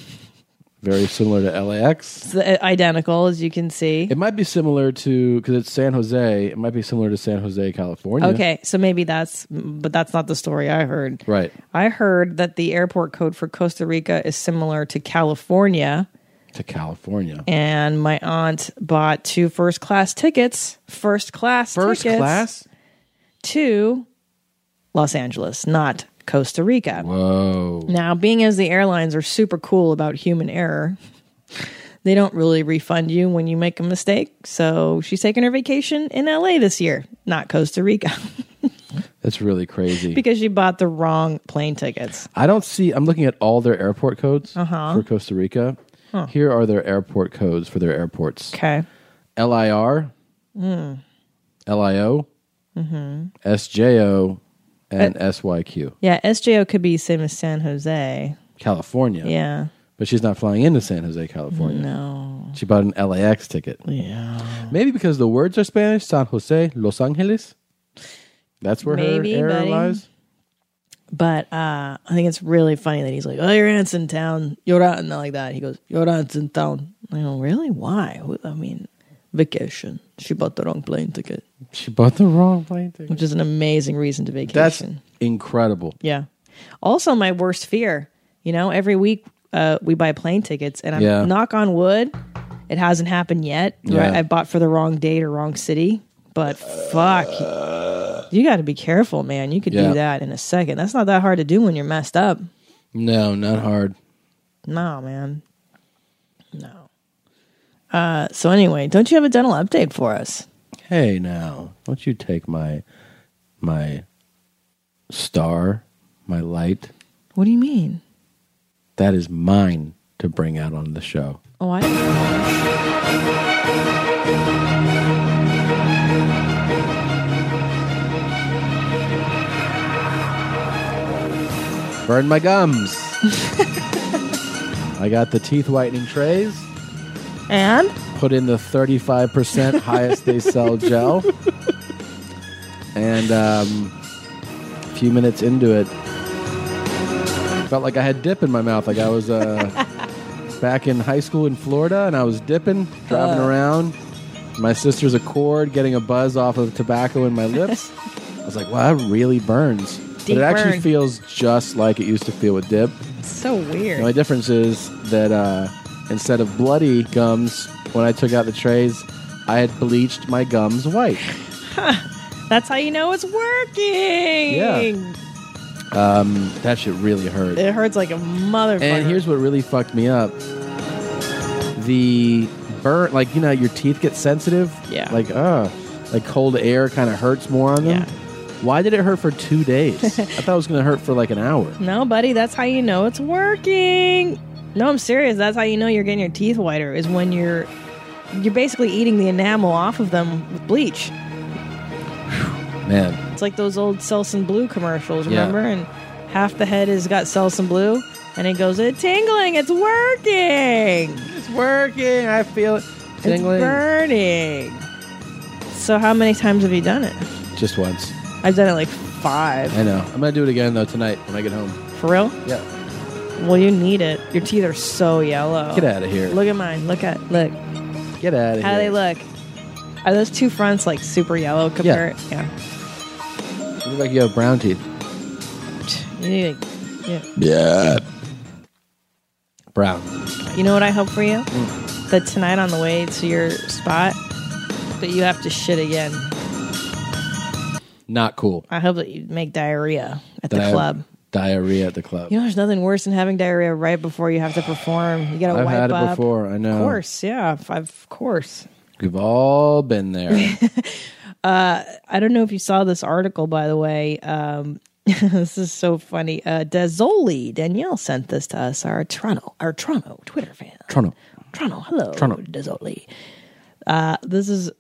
Very similar to LAX. It's uh, identical, as you can see. It might be similar to because it's San Jose. It might be similar to San Jose, California. Okay, so maybe that's, but that's not the story I heard. Right. I heard that the airport code for Costa Rica is similar to California. To California. and my aunt bought two first class tickets. First class First tickets class? to Los Angeles, not Costa Rica. Whoa. Now, being as the airlines are super cool about human error, they don't really refund you when you make a mistake. So she's taking her vacation in LA this year, not Costa Rica, That's really crazy. because she bought the wrong plane tickets. I don't see. I'm looking at all their airport codes Uh-huh. for Costa Rica. Huh. Here are their airport codes for their airports. Okay. LIR, Mm. LIO, hmm SJO, and Uh, SYQ. Yeah, SJO could be same as San Jose. California. Yeah. But she's not flying into San Jose, California. No. She bought an LAX ticket. Yeah. Maybe because the words are Spanish, San Jose, Los Angeles. That's where Maybe, her error buddy. lies. But uh, I think it's really funny that he's like, "Oh, your aunt's in town. Your aunt," and not like that. He goes, "Your aunt's in town." I go, "Really? Why? Who- I mean, vacation. She bought the wrong plane ticket, She bought the wrong plane ticket. which is an amazing reason to vacation." That's incredible. yeah. Also, my worst fear. You know, every week uh, we buy plane tickets, and I'm Yeah. knock on wood, it hasn't happened yet. Yeah. Right? I bought for the wrong date or wrong city. But fuck, you got to be careful, man. You could Yeah. do that in a second. That's not that hard to do when you're messed up. No, not hard. No, man. No. Uh, so anyway, don't you have a dental update for us? Hey, now, don't you take my my star, my light? What do you mean? That is mine to bring out on the show. Oh, I. Burn my gums. I got the teeth whitening trays. And Put in the 35% highest they sell gel. And um, a few minutes into it, felt like I had dip in my mouth. Like I was uh, back in high school in Florida and I was dipping, driving Uh. around. My sister's Accord getting a buzz off of tobacco in my lips. I was like, wow, that really burns. but Deep it actually burn. feels just like it used to feel with dip. So The weird. only difference is that uh, instead of bloody gums, when I took out the trays, I had bleached my gums white. That's how you know it's working. Um, that shit really hurt. It hurts like a motherfucker. And here's what really fucked me up: the burn, like you know, your teeth get sensitive. Yeah. Like, uh, like cold air kind of hurts more on them. Why did it hurt for two days? I thought it was going to hurt for like an hour. no, buddy, that's how you know it's working. No, I'm serious. That's how you know you're getting your teeth whiter is when you're you're basically eating the enamel off of them with bleach. Man, It's like those old Selsun Blue commercials, Yeah. remember? And half the head has got Selsun Blue, and it goes, "It's tingling, it's working, it's working, I feel it, it's tingling." burning." So, how many times have you done it? just once. I've done it like five. I know. I'm going to do it again though tonight when I get home. For real? Yeah. Well, you need it. Your teeth are so yellow. Get outta here. Look at mine. Look at look. Get out of How do they here. look? Are those two fronts like super yellow compared? Yeah. You look like you have brown teeth. You need to- yeah. Yeah. Brown. You know what I hope for you? Mm. That tonight on the way to your spot, that you have to shit again. Not cool. I hope that you make diarrhea at the That I have club. Diarrhea at the club. You know, there's nothing worse than having diarrhea right before you have to perform. You got to I've wipe had it up. before, I know. Of course, yeah, f- of course. We've all been there. Uh, I don't know if you saw this article, by the way. Um, this is so funny. Uh, Dazoli Danielle sent this to us. Our Toronto, our Toronto Twitter fan. Toronto. Toronto, hello. Toronto. Dazoli. Uh, this is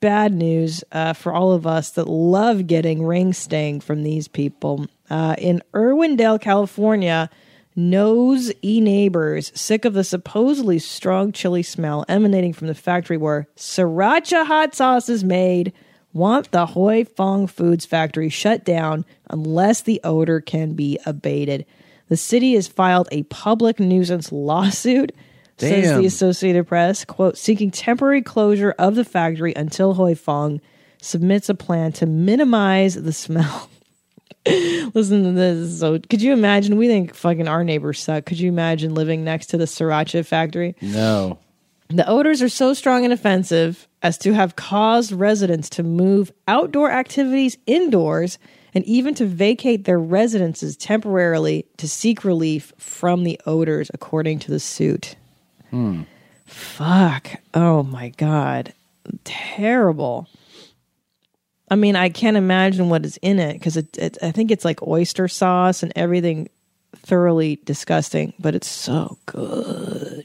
bad news uh, for all of us that love getting ring sting from these people. Uh, in Irwindale, California, nose e neighbors, sick of the supposedly strong chili smell emanating from the factory where sriracha hot sauce is made, want the Hoi Fong Foods factory shut down unless the odor can be abated. The city has filed a public nuisance lawsuit says Damn. the Associated Press, quote, seeking temporary closure of the factory until Hoi Fong submits a plan to minimize the smell. Listen to this. So, could you imagine? We think fucking our neighbors suck. Could you imagine living next to the sriracha factory? No. The odors are so strong and offensive as to have caused residents to move outdoor activities indoors and even to vacate their residences temporarily to seek relief from the odors, according to the suit. Hmm. Fuck. Oh my God. Terrible. I mean, I can't imagine what is in it because it, it, I think it's like oyster sauce and everything thoroughly disgusting, but it's so good.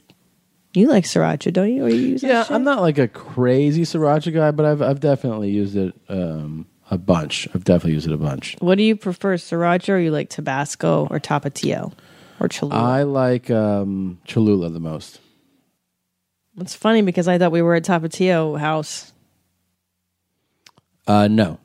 You like sriracha, don't you? Or you use Yeah, I'm not like a crazy sriracha guy, but I've I've definitely used it um, a bunch. I've definitely used it a bunch. What do you prefer, sriracha or you like Tabasco or Tapatio or Cholula? I like um, Cholula the most. it's funny because I thought we were at Tapatio house. Uh, no,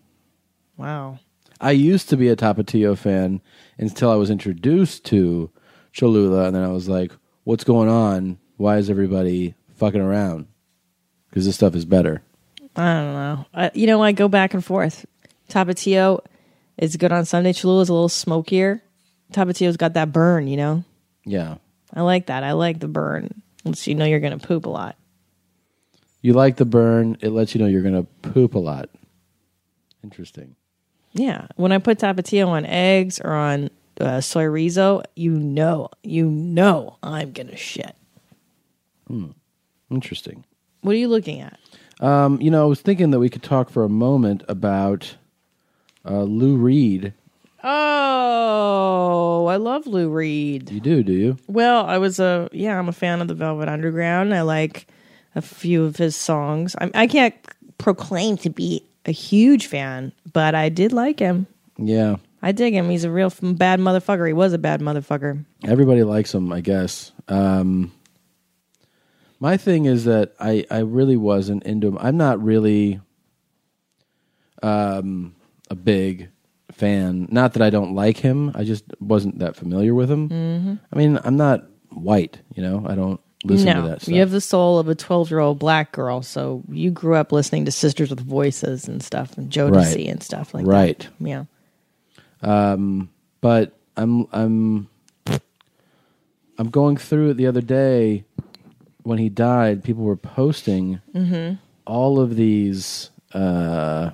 Wow. I used to be a Tapatio fan until I was introduced to Cholula, and then I was like, "What's going on? Why is everybody fucking around? Because this stuff is better." I don't know. I, you know, I go back and forth. Tapatio is good on Sunday. Cholula is a little smokier. Tapatio's got that burn, you know? Yeah, I like that. I like the burn. Lets you know you're going to poop a lot. you like the burn. It lets you know you're gonna poop a lot. Interesting. Yeah. When I put Tapatio on eggs or on uh, soy rizo, you know, you know I'm going to shit. Hmm. Interesting. What are you looking at? Um, you know, I was thinking that we could talk for a moment about uh, Lou Reed. Oh, I love Lou Reed. You do, do you? Well, I was a yeah, I'm a fan of the Velvet Underground. I like a few of his songs. I, I can't proclaim to be a huge fan, but I did like him. Yeah. I dig him. He's a real f- bad motherfucker. He was a bad motherfucker. Everybody likes him, I guess. Um, my thing is that I, I really wasn't into him. I'm not really um, a big fan. Not that I don't like him, I just wasn't that familiar with him. Mhm. I mean, I'm not white, you know, I don't listen no, to that stuff. you have the soul of a 12 year old black girl, so you grew up listening to Sisters with Voices and stuff, and Jodeci Right. and stuff like Right. that. Right? Yeah. Um, but I'm I'm I'm going through it the other day when he died. People were posting Mm-hmm. all of these uh,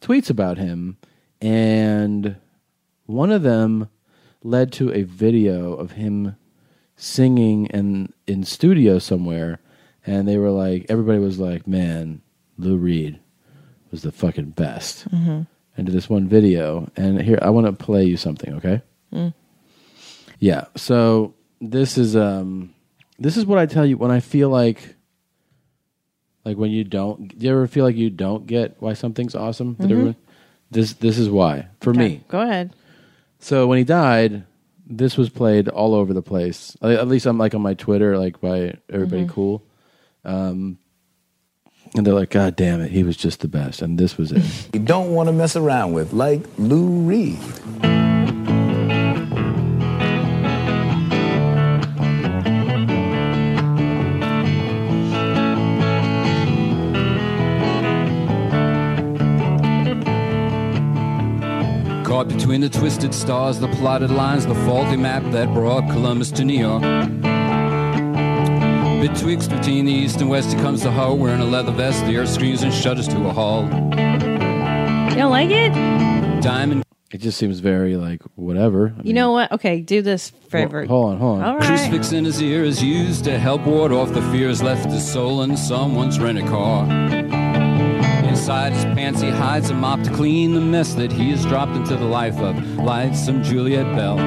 tweets about him, and one of them led to a video of him singing and in studio somewhere, and they were like, everybody was like, "Man, Lou Reed was the fucking best." Mhm. Into this one video, and here I want to play you something, okay? Mm. Yeah. So this is um this is what I tell you when I feel like like when you don't do you ever feel like you don't get why something's awesome? Did Mhm. everyone- This this is why. For me. Go ahead. So when he died, this was played all over the place. At at least I'm like on my Twitter, like by everybody Mhm. cool. Um and they're like, God damn it, he was just the best. And this was it. You don't want to mess around with, like Lou Reed. Caught between the twisted stars, the plotted lines, the faulty map that brought Columbus to New York. Betwixt between the east and west, he comes to hoe, wearing a leather vest, the earth screams and shudders to a halt. You don't like it? Diamond. It just seems very like whatever. you know what? Okay, do this favor. Hold on, hold on. All right. Crucifix in his ear is used to help ward off the fears left his soul in someone's rented car. Inside his pants, he hides a mop to clean the mess that he has dropped into the life of lightsome Juliet Bell.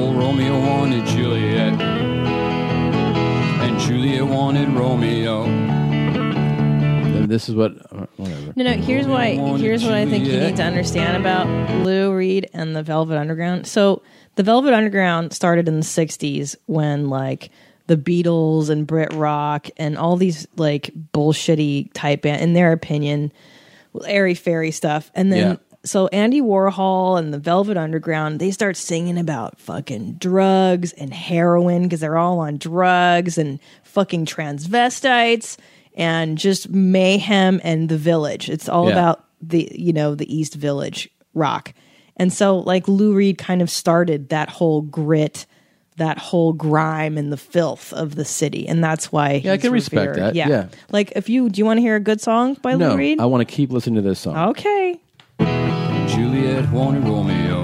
Old Romeo wanted Juliet, and Juliet wanted Romeo. And This is what uh, whatever. No, no. Here's why. Here's what I think you need to understand about Lou Reed and the Velvet Underground. So the Velvet Underground started in the '60s when like the Beatles and Brit Rock and all these like bullshitty type band, in their opinion, airy fairy stuff, and then so Andy Warhol and the Velvet Underground, they start singing about fucking drugs and heroin because they're all on drugs and fucking transvestites and just mayhem and the village. It's all Yeah. about the you know the East Village rock. And so like Lou Reed kind of started that whole grit, that whole grime and the filth of the city, and that's why Yeah, I he's can respect revered. that. Yeah. like if you do you want to hear a good song by no, Lou Reed? I want to keep listening to this song. Oh. okay. Juliet wanted Romeo.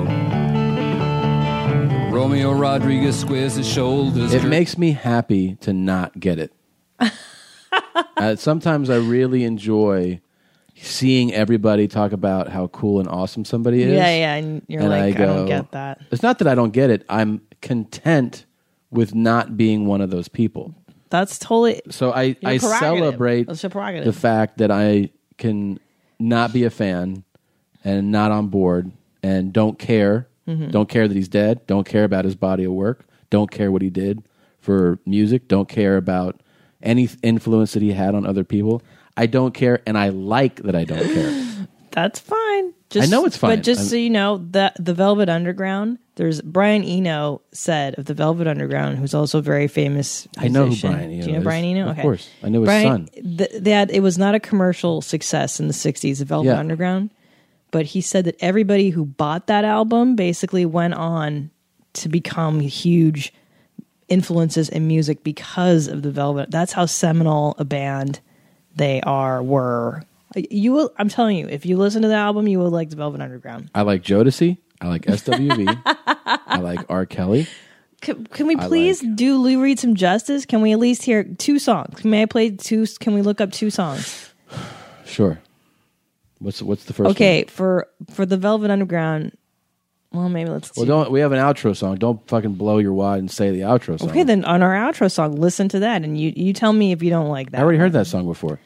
Romeo Rodriguez squares his shoulders. It makes me happy to not get it. uh, sometimes I really enjoy seeing everybody talk about how cool and awesome somebody is. Yeah, yeah, and you're And like, I, I don't go, get that. It's not that I don't get it. I'm content with not being one of those people. That's totally. So I, Your I prerogative. celebrate It's your prerogative. the fact that I can not be a fan and not on board and don't care. Mhm. Don't care that he's dead. Don't care about his body of work. Don't care what he did for music. Don't care about any influence that he had on other people. I don't care, and I like that I don't care. That's fine. Just, I know it's fine. But just I'm- so you know, that the Velvet Underground, there's Brian Eno said of the Velvet Underground, who's also a very famous. I know who musician. Brian Eno Do you know is. Brian Eno? Of Okay. course. I know his Brian, th- they had- it was not a commercial success in the '60s. The Velvet Yeah. Underground, but he said that everybody who bought that album basically went on to become huge influences in music because of the Velvet. That's how seminal a band they are were. You will. I'm telling you, if you listen to the album, you will like the Velvet Underground. I like Jodeci. I like SWV. I like R. Kelly. Can, can we I please do Lou Reed some justice? Can we at least hear two songs? May I play two? Can we look up two songs? Sure. What's what's the first? okay, one? for for the Velvet Underground. Well, maybe let's. Well, do- don't we have an outro song? Don't fucking blow your wad and say the outro song. okay, then on our outro song, listen to that, and you you tell me if you don't like I that. already heard that song before.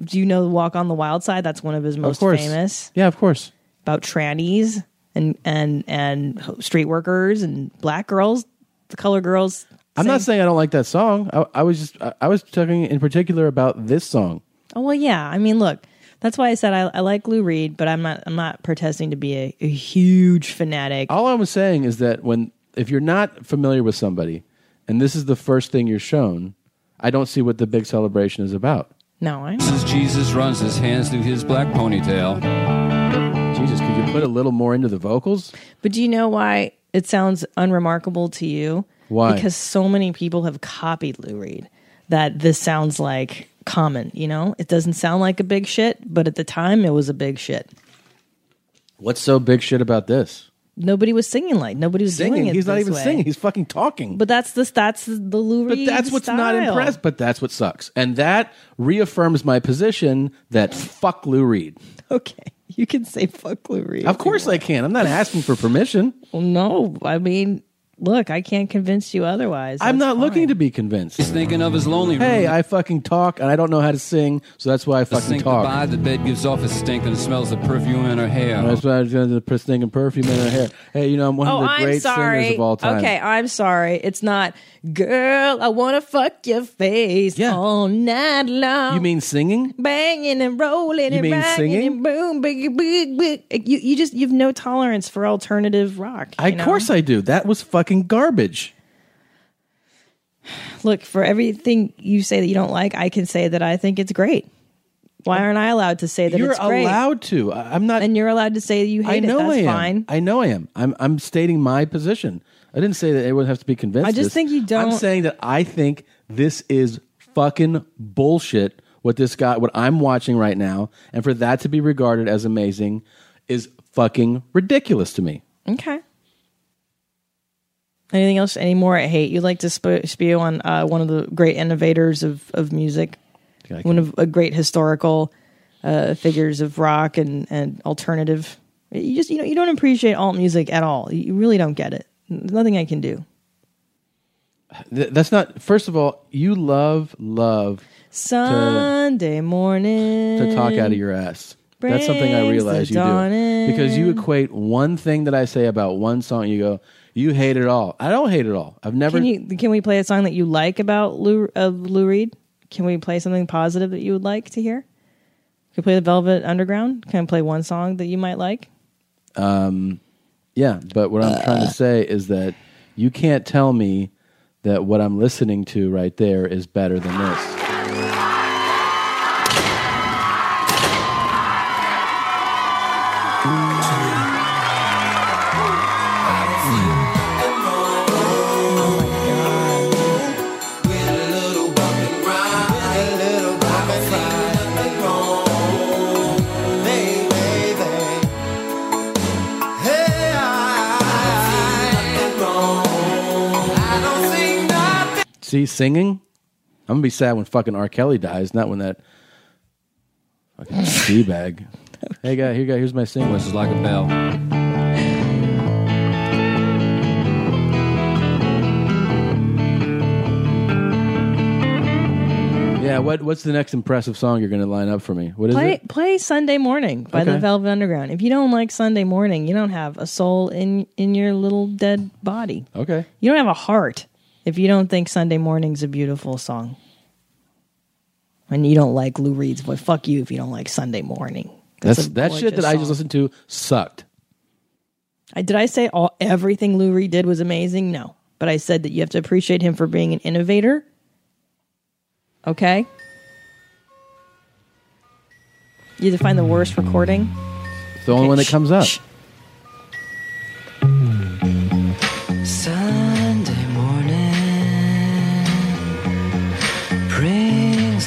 Do you know "Walk on the Wild Side"? That's one of his most course. famous. Yeah, of course. About trannies and and and street workers and black girls, the color girls. I'm not saying I don't like that song. I, I was just I, I was talking in particular about this song. Oh well, yeah. I mean, look, that's why I said I, I like Lou Reed, but I'm not I'm not protesting to be a, a huge fanatic. All I'm saying is that when if you're not familiar with somebody, and this is the first thing you're shown, I don't see what the big celebration is about. No, I As Jesus runs his hands through his black ponytail. Jesus, could you put a little more into the vocals? But do you know why it sounds unremarkable to you? Why? Because so many people have copied Lou Reed that this sounds like common. You know, it doesn't sound like a big shit, but at the time it was a big shit. What's so big shit about this? Nobody was singing like nobody was doing Singing. it. He's not this even way. singing. He's fucking talking. But that's the that's the Lou But Reed. that's what's not style. impressed. But that's what sucks, and that reaffirms my position that fuck Lou Reed. Okay, you can say fuck Lou Reed. Of course I can. I'm not asking for permission. Well, no, I mean, look, I can't convince you otherwise. I'm not looking to be convinced. He's thinking of his lonely. Hey, I fucking talk, and I don't know how to sing, so that's why I The fucking sink talk. by the bed gives off a stink and it smells the perfume in her hair. That's why I was going to sting and perfume in her hair. Hey, you know I'm one Oh, of the I'm great sorry. singers of all time. Okay, I'm sorry. It's not, girl, I want to fuck your face all night long. You mean singing? banging and rolling You and mean rocking singing? and boom, big, big, big. You, you just, you have no tolerance for alternative rock. I, of course I do. That was fucking garbage. Look, for everything you say that you don't like, I can say that I think it's great. Why aren't I allowed to say that You're it's great? allowed to. I- I'm not. And you're allowed to say that you hate I know it. That's I am. fine. I know I am. I'm, I'm stating my position. I didn't say that everyone has to be convinced. I of just this. think you don't- I'm saying that I think this is fucking bullshit. What this guy, what I'm watching right now, and for that to be regarded as amazing is fucking ridiculous to me. Okay. Anything else? Any more? I hate you'd like to sp- spew on uh, one of the great innovators of of music, Okay, I can- one of a great historical uh, figures of rock and and alternative. You just you know you don't appreciate alt music at all. You really don't get it. There's nothing I can do. Th- that's not. First of all, you love love to, Sunday morning to talk out of your ass. That's something brings I the realize you dawn do in. because you equate one thing that I say about one song. You go, you hate it all. I don't hate it all. I've never. Can you can we play a song that you like about Lou of Lou Reed? Can we play something positive that you would like to hear? Can we play the Velvet Underground? Can I play one song that you might like? Um, yeah, but what I'm Uh. trying to say is that you can't tell me that what I'm listening to right there is better than this. See, singing. I'm gonna be sad when fucking R. Kelly dies, not when that fucking d bag. Hey guy, here guy, here's my single. This is like a bell. Yeah, what what's the next impressive song you're gonna line up for me? What is play it? play Sunday Morning by the Okay. Velvet Underground. If you don't like Sunday Morning, you don't have a soul in in your little dead body. Okay. You don't have a heart if you don't think Sunday Morning's a beautiful song. And you don't like Lou Reed's voice. Fuck you if you don't like Sunday Morning. That's It's a that shit that gorgeous I just song. listened to sucked. I, did I say all everything Lou Reed did was amazing? No, but I said that you have to appreciate him for being an innovator. Okay. You have to find the worst recording. It's the only one that comes up. Sunday morning brings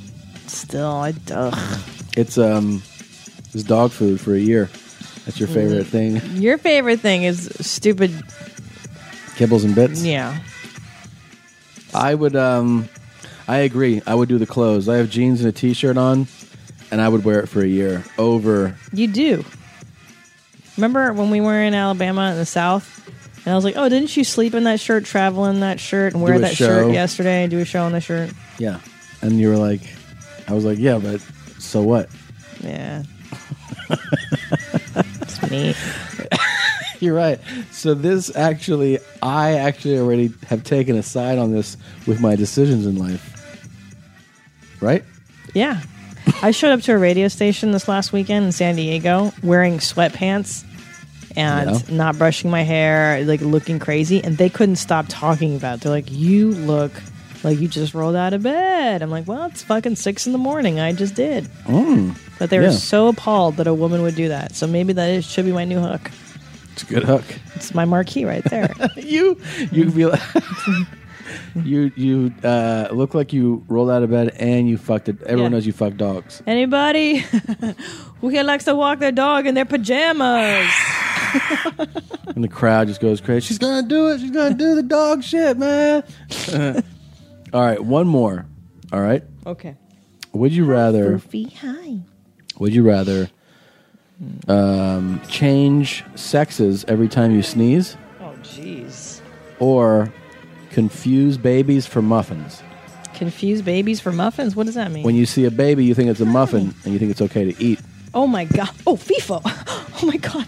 Still, I ugh. It's um, it's dog food for a year. That's your favorite thing. Your favorite thing is stupid. Kibbles and bits. Yeah. I would um, I agree. I would do the clothes. I have jeans and a t-shirt on, and I would wear it for a year over. You do. Remember when we were in Alabama in the South? And I was like, oh, didn't you sleep in that shirt, travel in that shirt, and wear Do a that show. shirt yesterday and do a show in the shirt? Yeah. And you were like, I was like, yeah, but so what? Yeah. It's neat. You're right. So this actually, I actually already have taken a side on this with my decisions in life. Right? Yeah. I showed up to a radio station this last weekend in San Diego wearing sweatpants and Yeah. not brushing my hair, like looking crazy. And they couldn't stop talking about it. They're like, You look like you just rolled out of bed. I'm like, Well, it's fucking six in the morning. I just did. Mm. But they were Yeah. so appalled that a woman would do that. So maybe that is, should be my new hook. It's a good hook. It's my marquee right there. you you feel you you uh, look like you rolled out of bed and you fucked it. Everyone Yeah. knows you fuck dogs. Anybody who here likes to walk their dog in their pajamas? And the crowd just goes crazy. She's gonna do it. She's gonna do the dog shit, man. All right, one more. All right. Okay. Would you rather? Foofy, hi. Would you rather um, change sexes every time you sneeze, Oh, jeez. or confuse babies for muffins? Confuse babies for muffins? What does that mean? When you see a baby, you think it's a muffin, and you think it's okay to eat. oh, my God. Oh, FIFA. Oh, my God.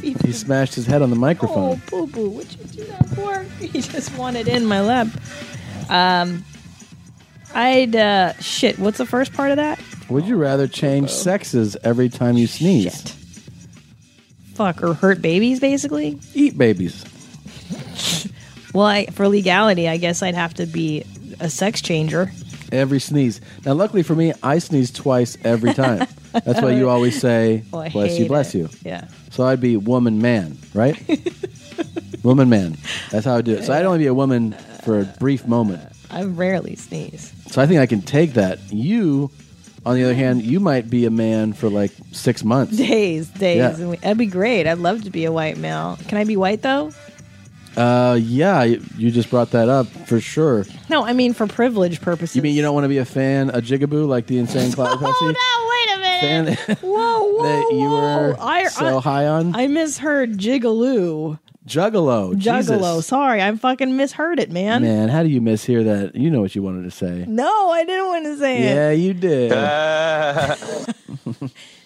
He smashed his head on the microphone. Oh, boo boo. What you do that for? He just wanted in my lap. Um, I'd, uh, shit. What's the first part of that? Would you rather Oh. change sexes every time you sneeze? Fuck, or hurt babies, basically? Eat babies. Well, I, for legality, I guess I'd have to be a sex changer. Every sneeze. Now, luckily for me, I sneeze twice every time. That's why you always say, Oh, I bless you, hate bless it. you. Yeah. So I'd be woman man, right? woman man. That's how I do it. So I'd only be a woman for a brief moment. I rarely sneeze. So I think I can take that. You, on the other hand, you might be a man for like six months. Days, days. Yeah. And we- That'd be great. I'd love to be a white male. Can I be white though? Uh, yeah, you you just brought that up for sure. No, I mean for privilege purposes. You mean you don't want to be a fan, a jigaboo like the insane clown posse? Oh no! Wait a minute. Fan- whoa, whoa, that you whoa! were so high on? I misheard Jigaloo, Juggalo. Juggalo. Jesus. Sorry, I fucking misheard it, man. Man, how do you mishear that? You know what you wanted to say. No, I didn't want to say Yeah, it. you did.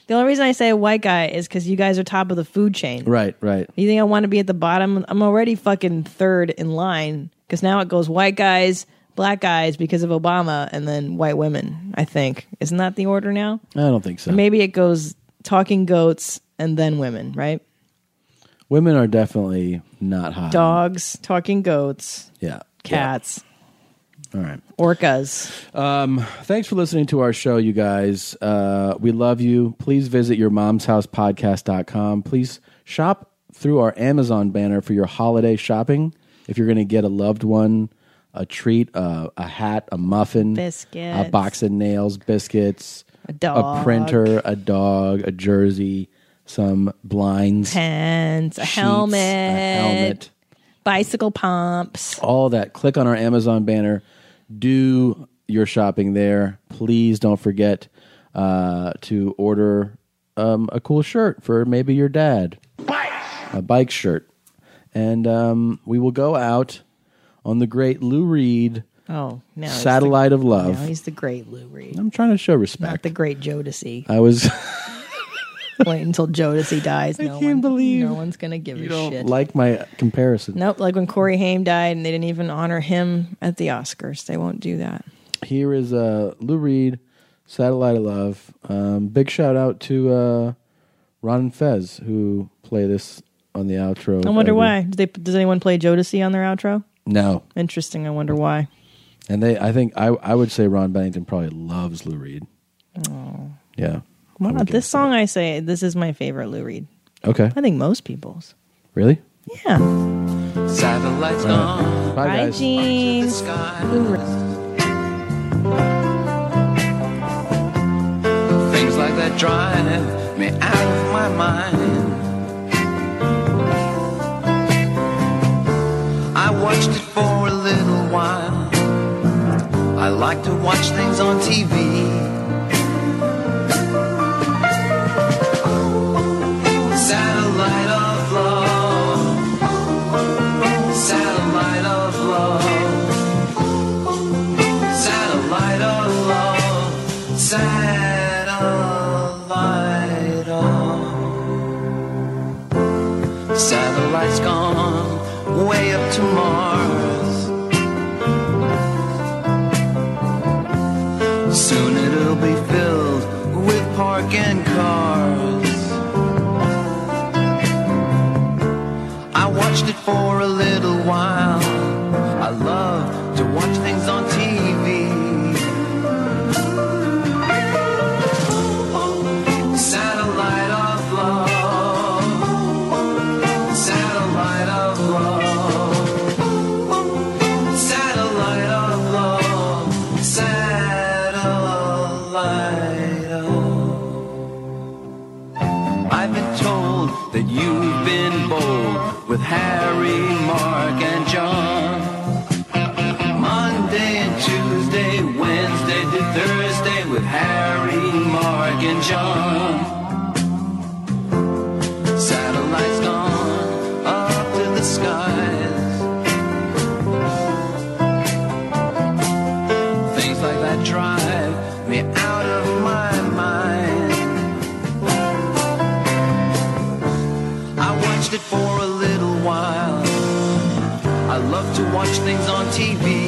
The only reason I say a white guy is because you guys are top of the food chain. right, right. You think I want to be at the bottom? I'm already fucking third in line because now it goes white guys, black guys because of Obama, and then white women. I think isn't that the order now? I don't think so. Or maybe it goes talking goats and then women, right? Women are definitely not Uh-huh. hot. Dogs, talking goats, Yeah. cats, All right. orcas. Um, thanks for listening to our show, you guys. Uh, we love you. Please visit your mom's house podcast.com. Please shop through our Amazon banner for your holiday shopping. If you're going to get a loved one, a treat, a, a hat, a muffin, Biscuits. a box of nails, biscuits, a, dog. printer, a dog, a jersey, some blinds, Pants, a sheets, helmet, a helmet, bicycle pumps. all that. Click on our Amazon banner. Do your shopping there. Please don't forget uh, to order um, a cool shirt for maybe your dad. A bike shirt. And um, we will go out on the great Lou Reed Oh, now he's the- satellite of love. Now he's the great Lou Reed, I'm trying to show respect. not the great Jodeci. I was Wait until Jodeci dies. No I can't one, believe no one's gonna give a shit. like my comparison. Nope, like when Corey Haim died and they didn't even honor him at the Oscars. They won't do that. Here is uh, Lou Reed, Satellite of Love. Um, big shout out to uh, Ron and Fez who play this on the outro. of I wonder every- why. Did they, does anyone play Jodeci on their outro? No, Interesting. I wonder why. and they. I think I. I would say Ron Bennington probably loves Lou Reed. Oh. Yeah. Wow, this song I say this is my favorite Lou Reed. Okay. I think most people's. Really? Yeah. Satellites gone. Bye, Bye, guys. jeans. Lou Reed. Things like that drive me out of my mind. I watched it for a little while. I like to watch things on TV. Satellite of love. Satellite of love. Satellite of love. Satellite on. Satellite's gone way up to Mars. Soon it'll be filled with parking cars. I watched it for a little while. I love to watch things on TV. Satellite of love. Satellite of love. Satellite that you've been bold with Harry, Mark, and John. Monday and Tuesday, Wednesday to Thursday with Harry, Mark, and John. Satellites gone up to the skies. Things like that drive me out of my mind. I watched it for a little while. I love to watch things on TV.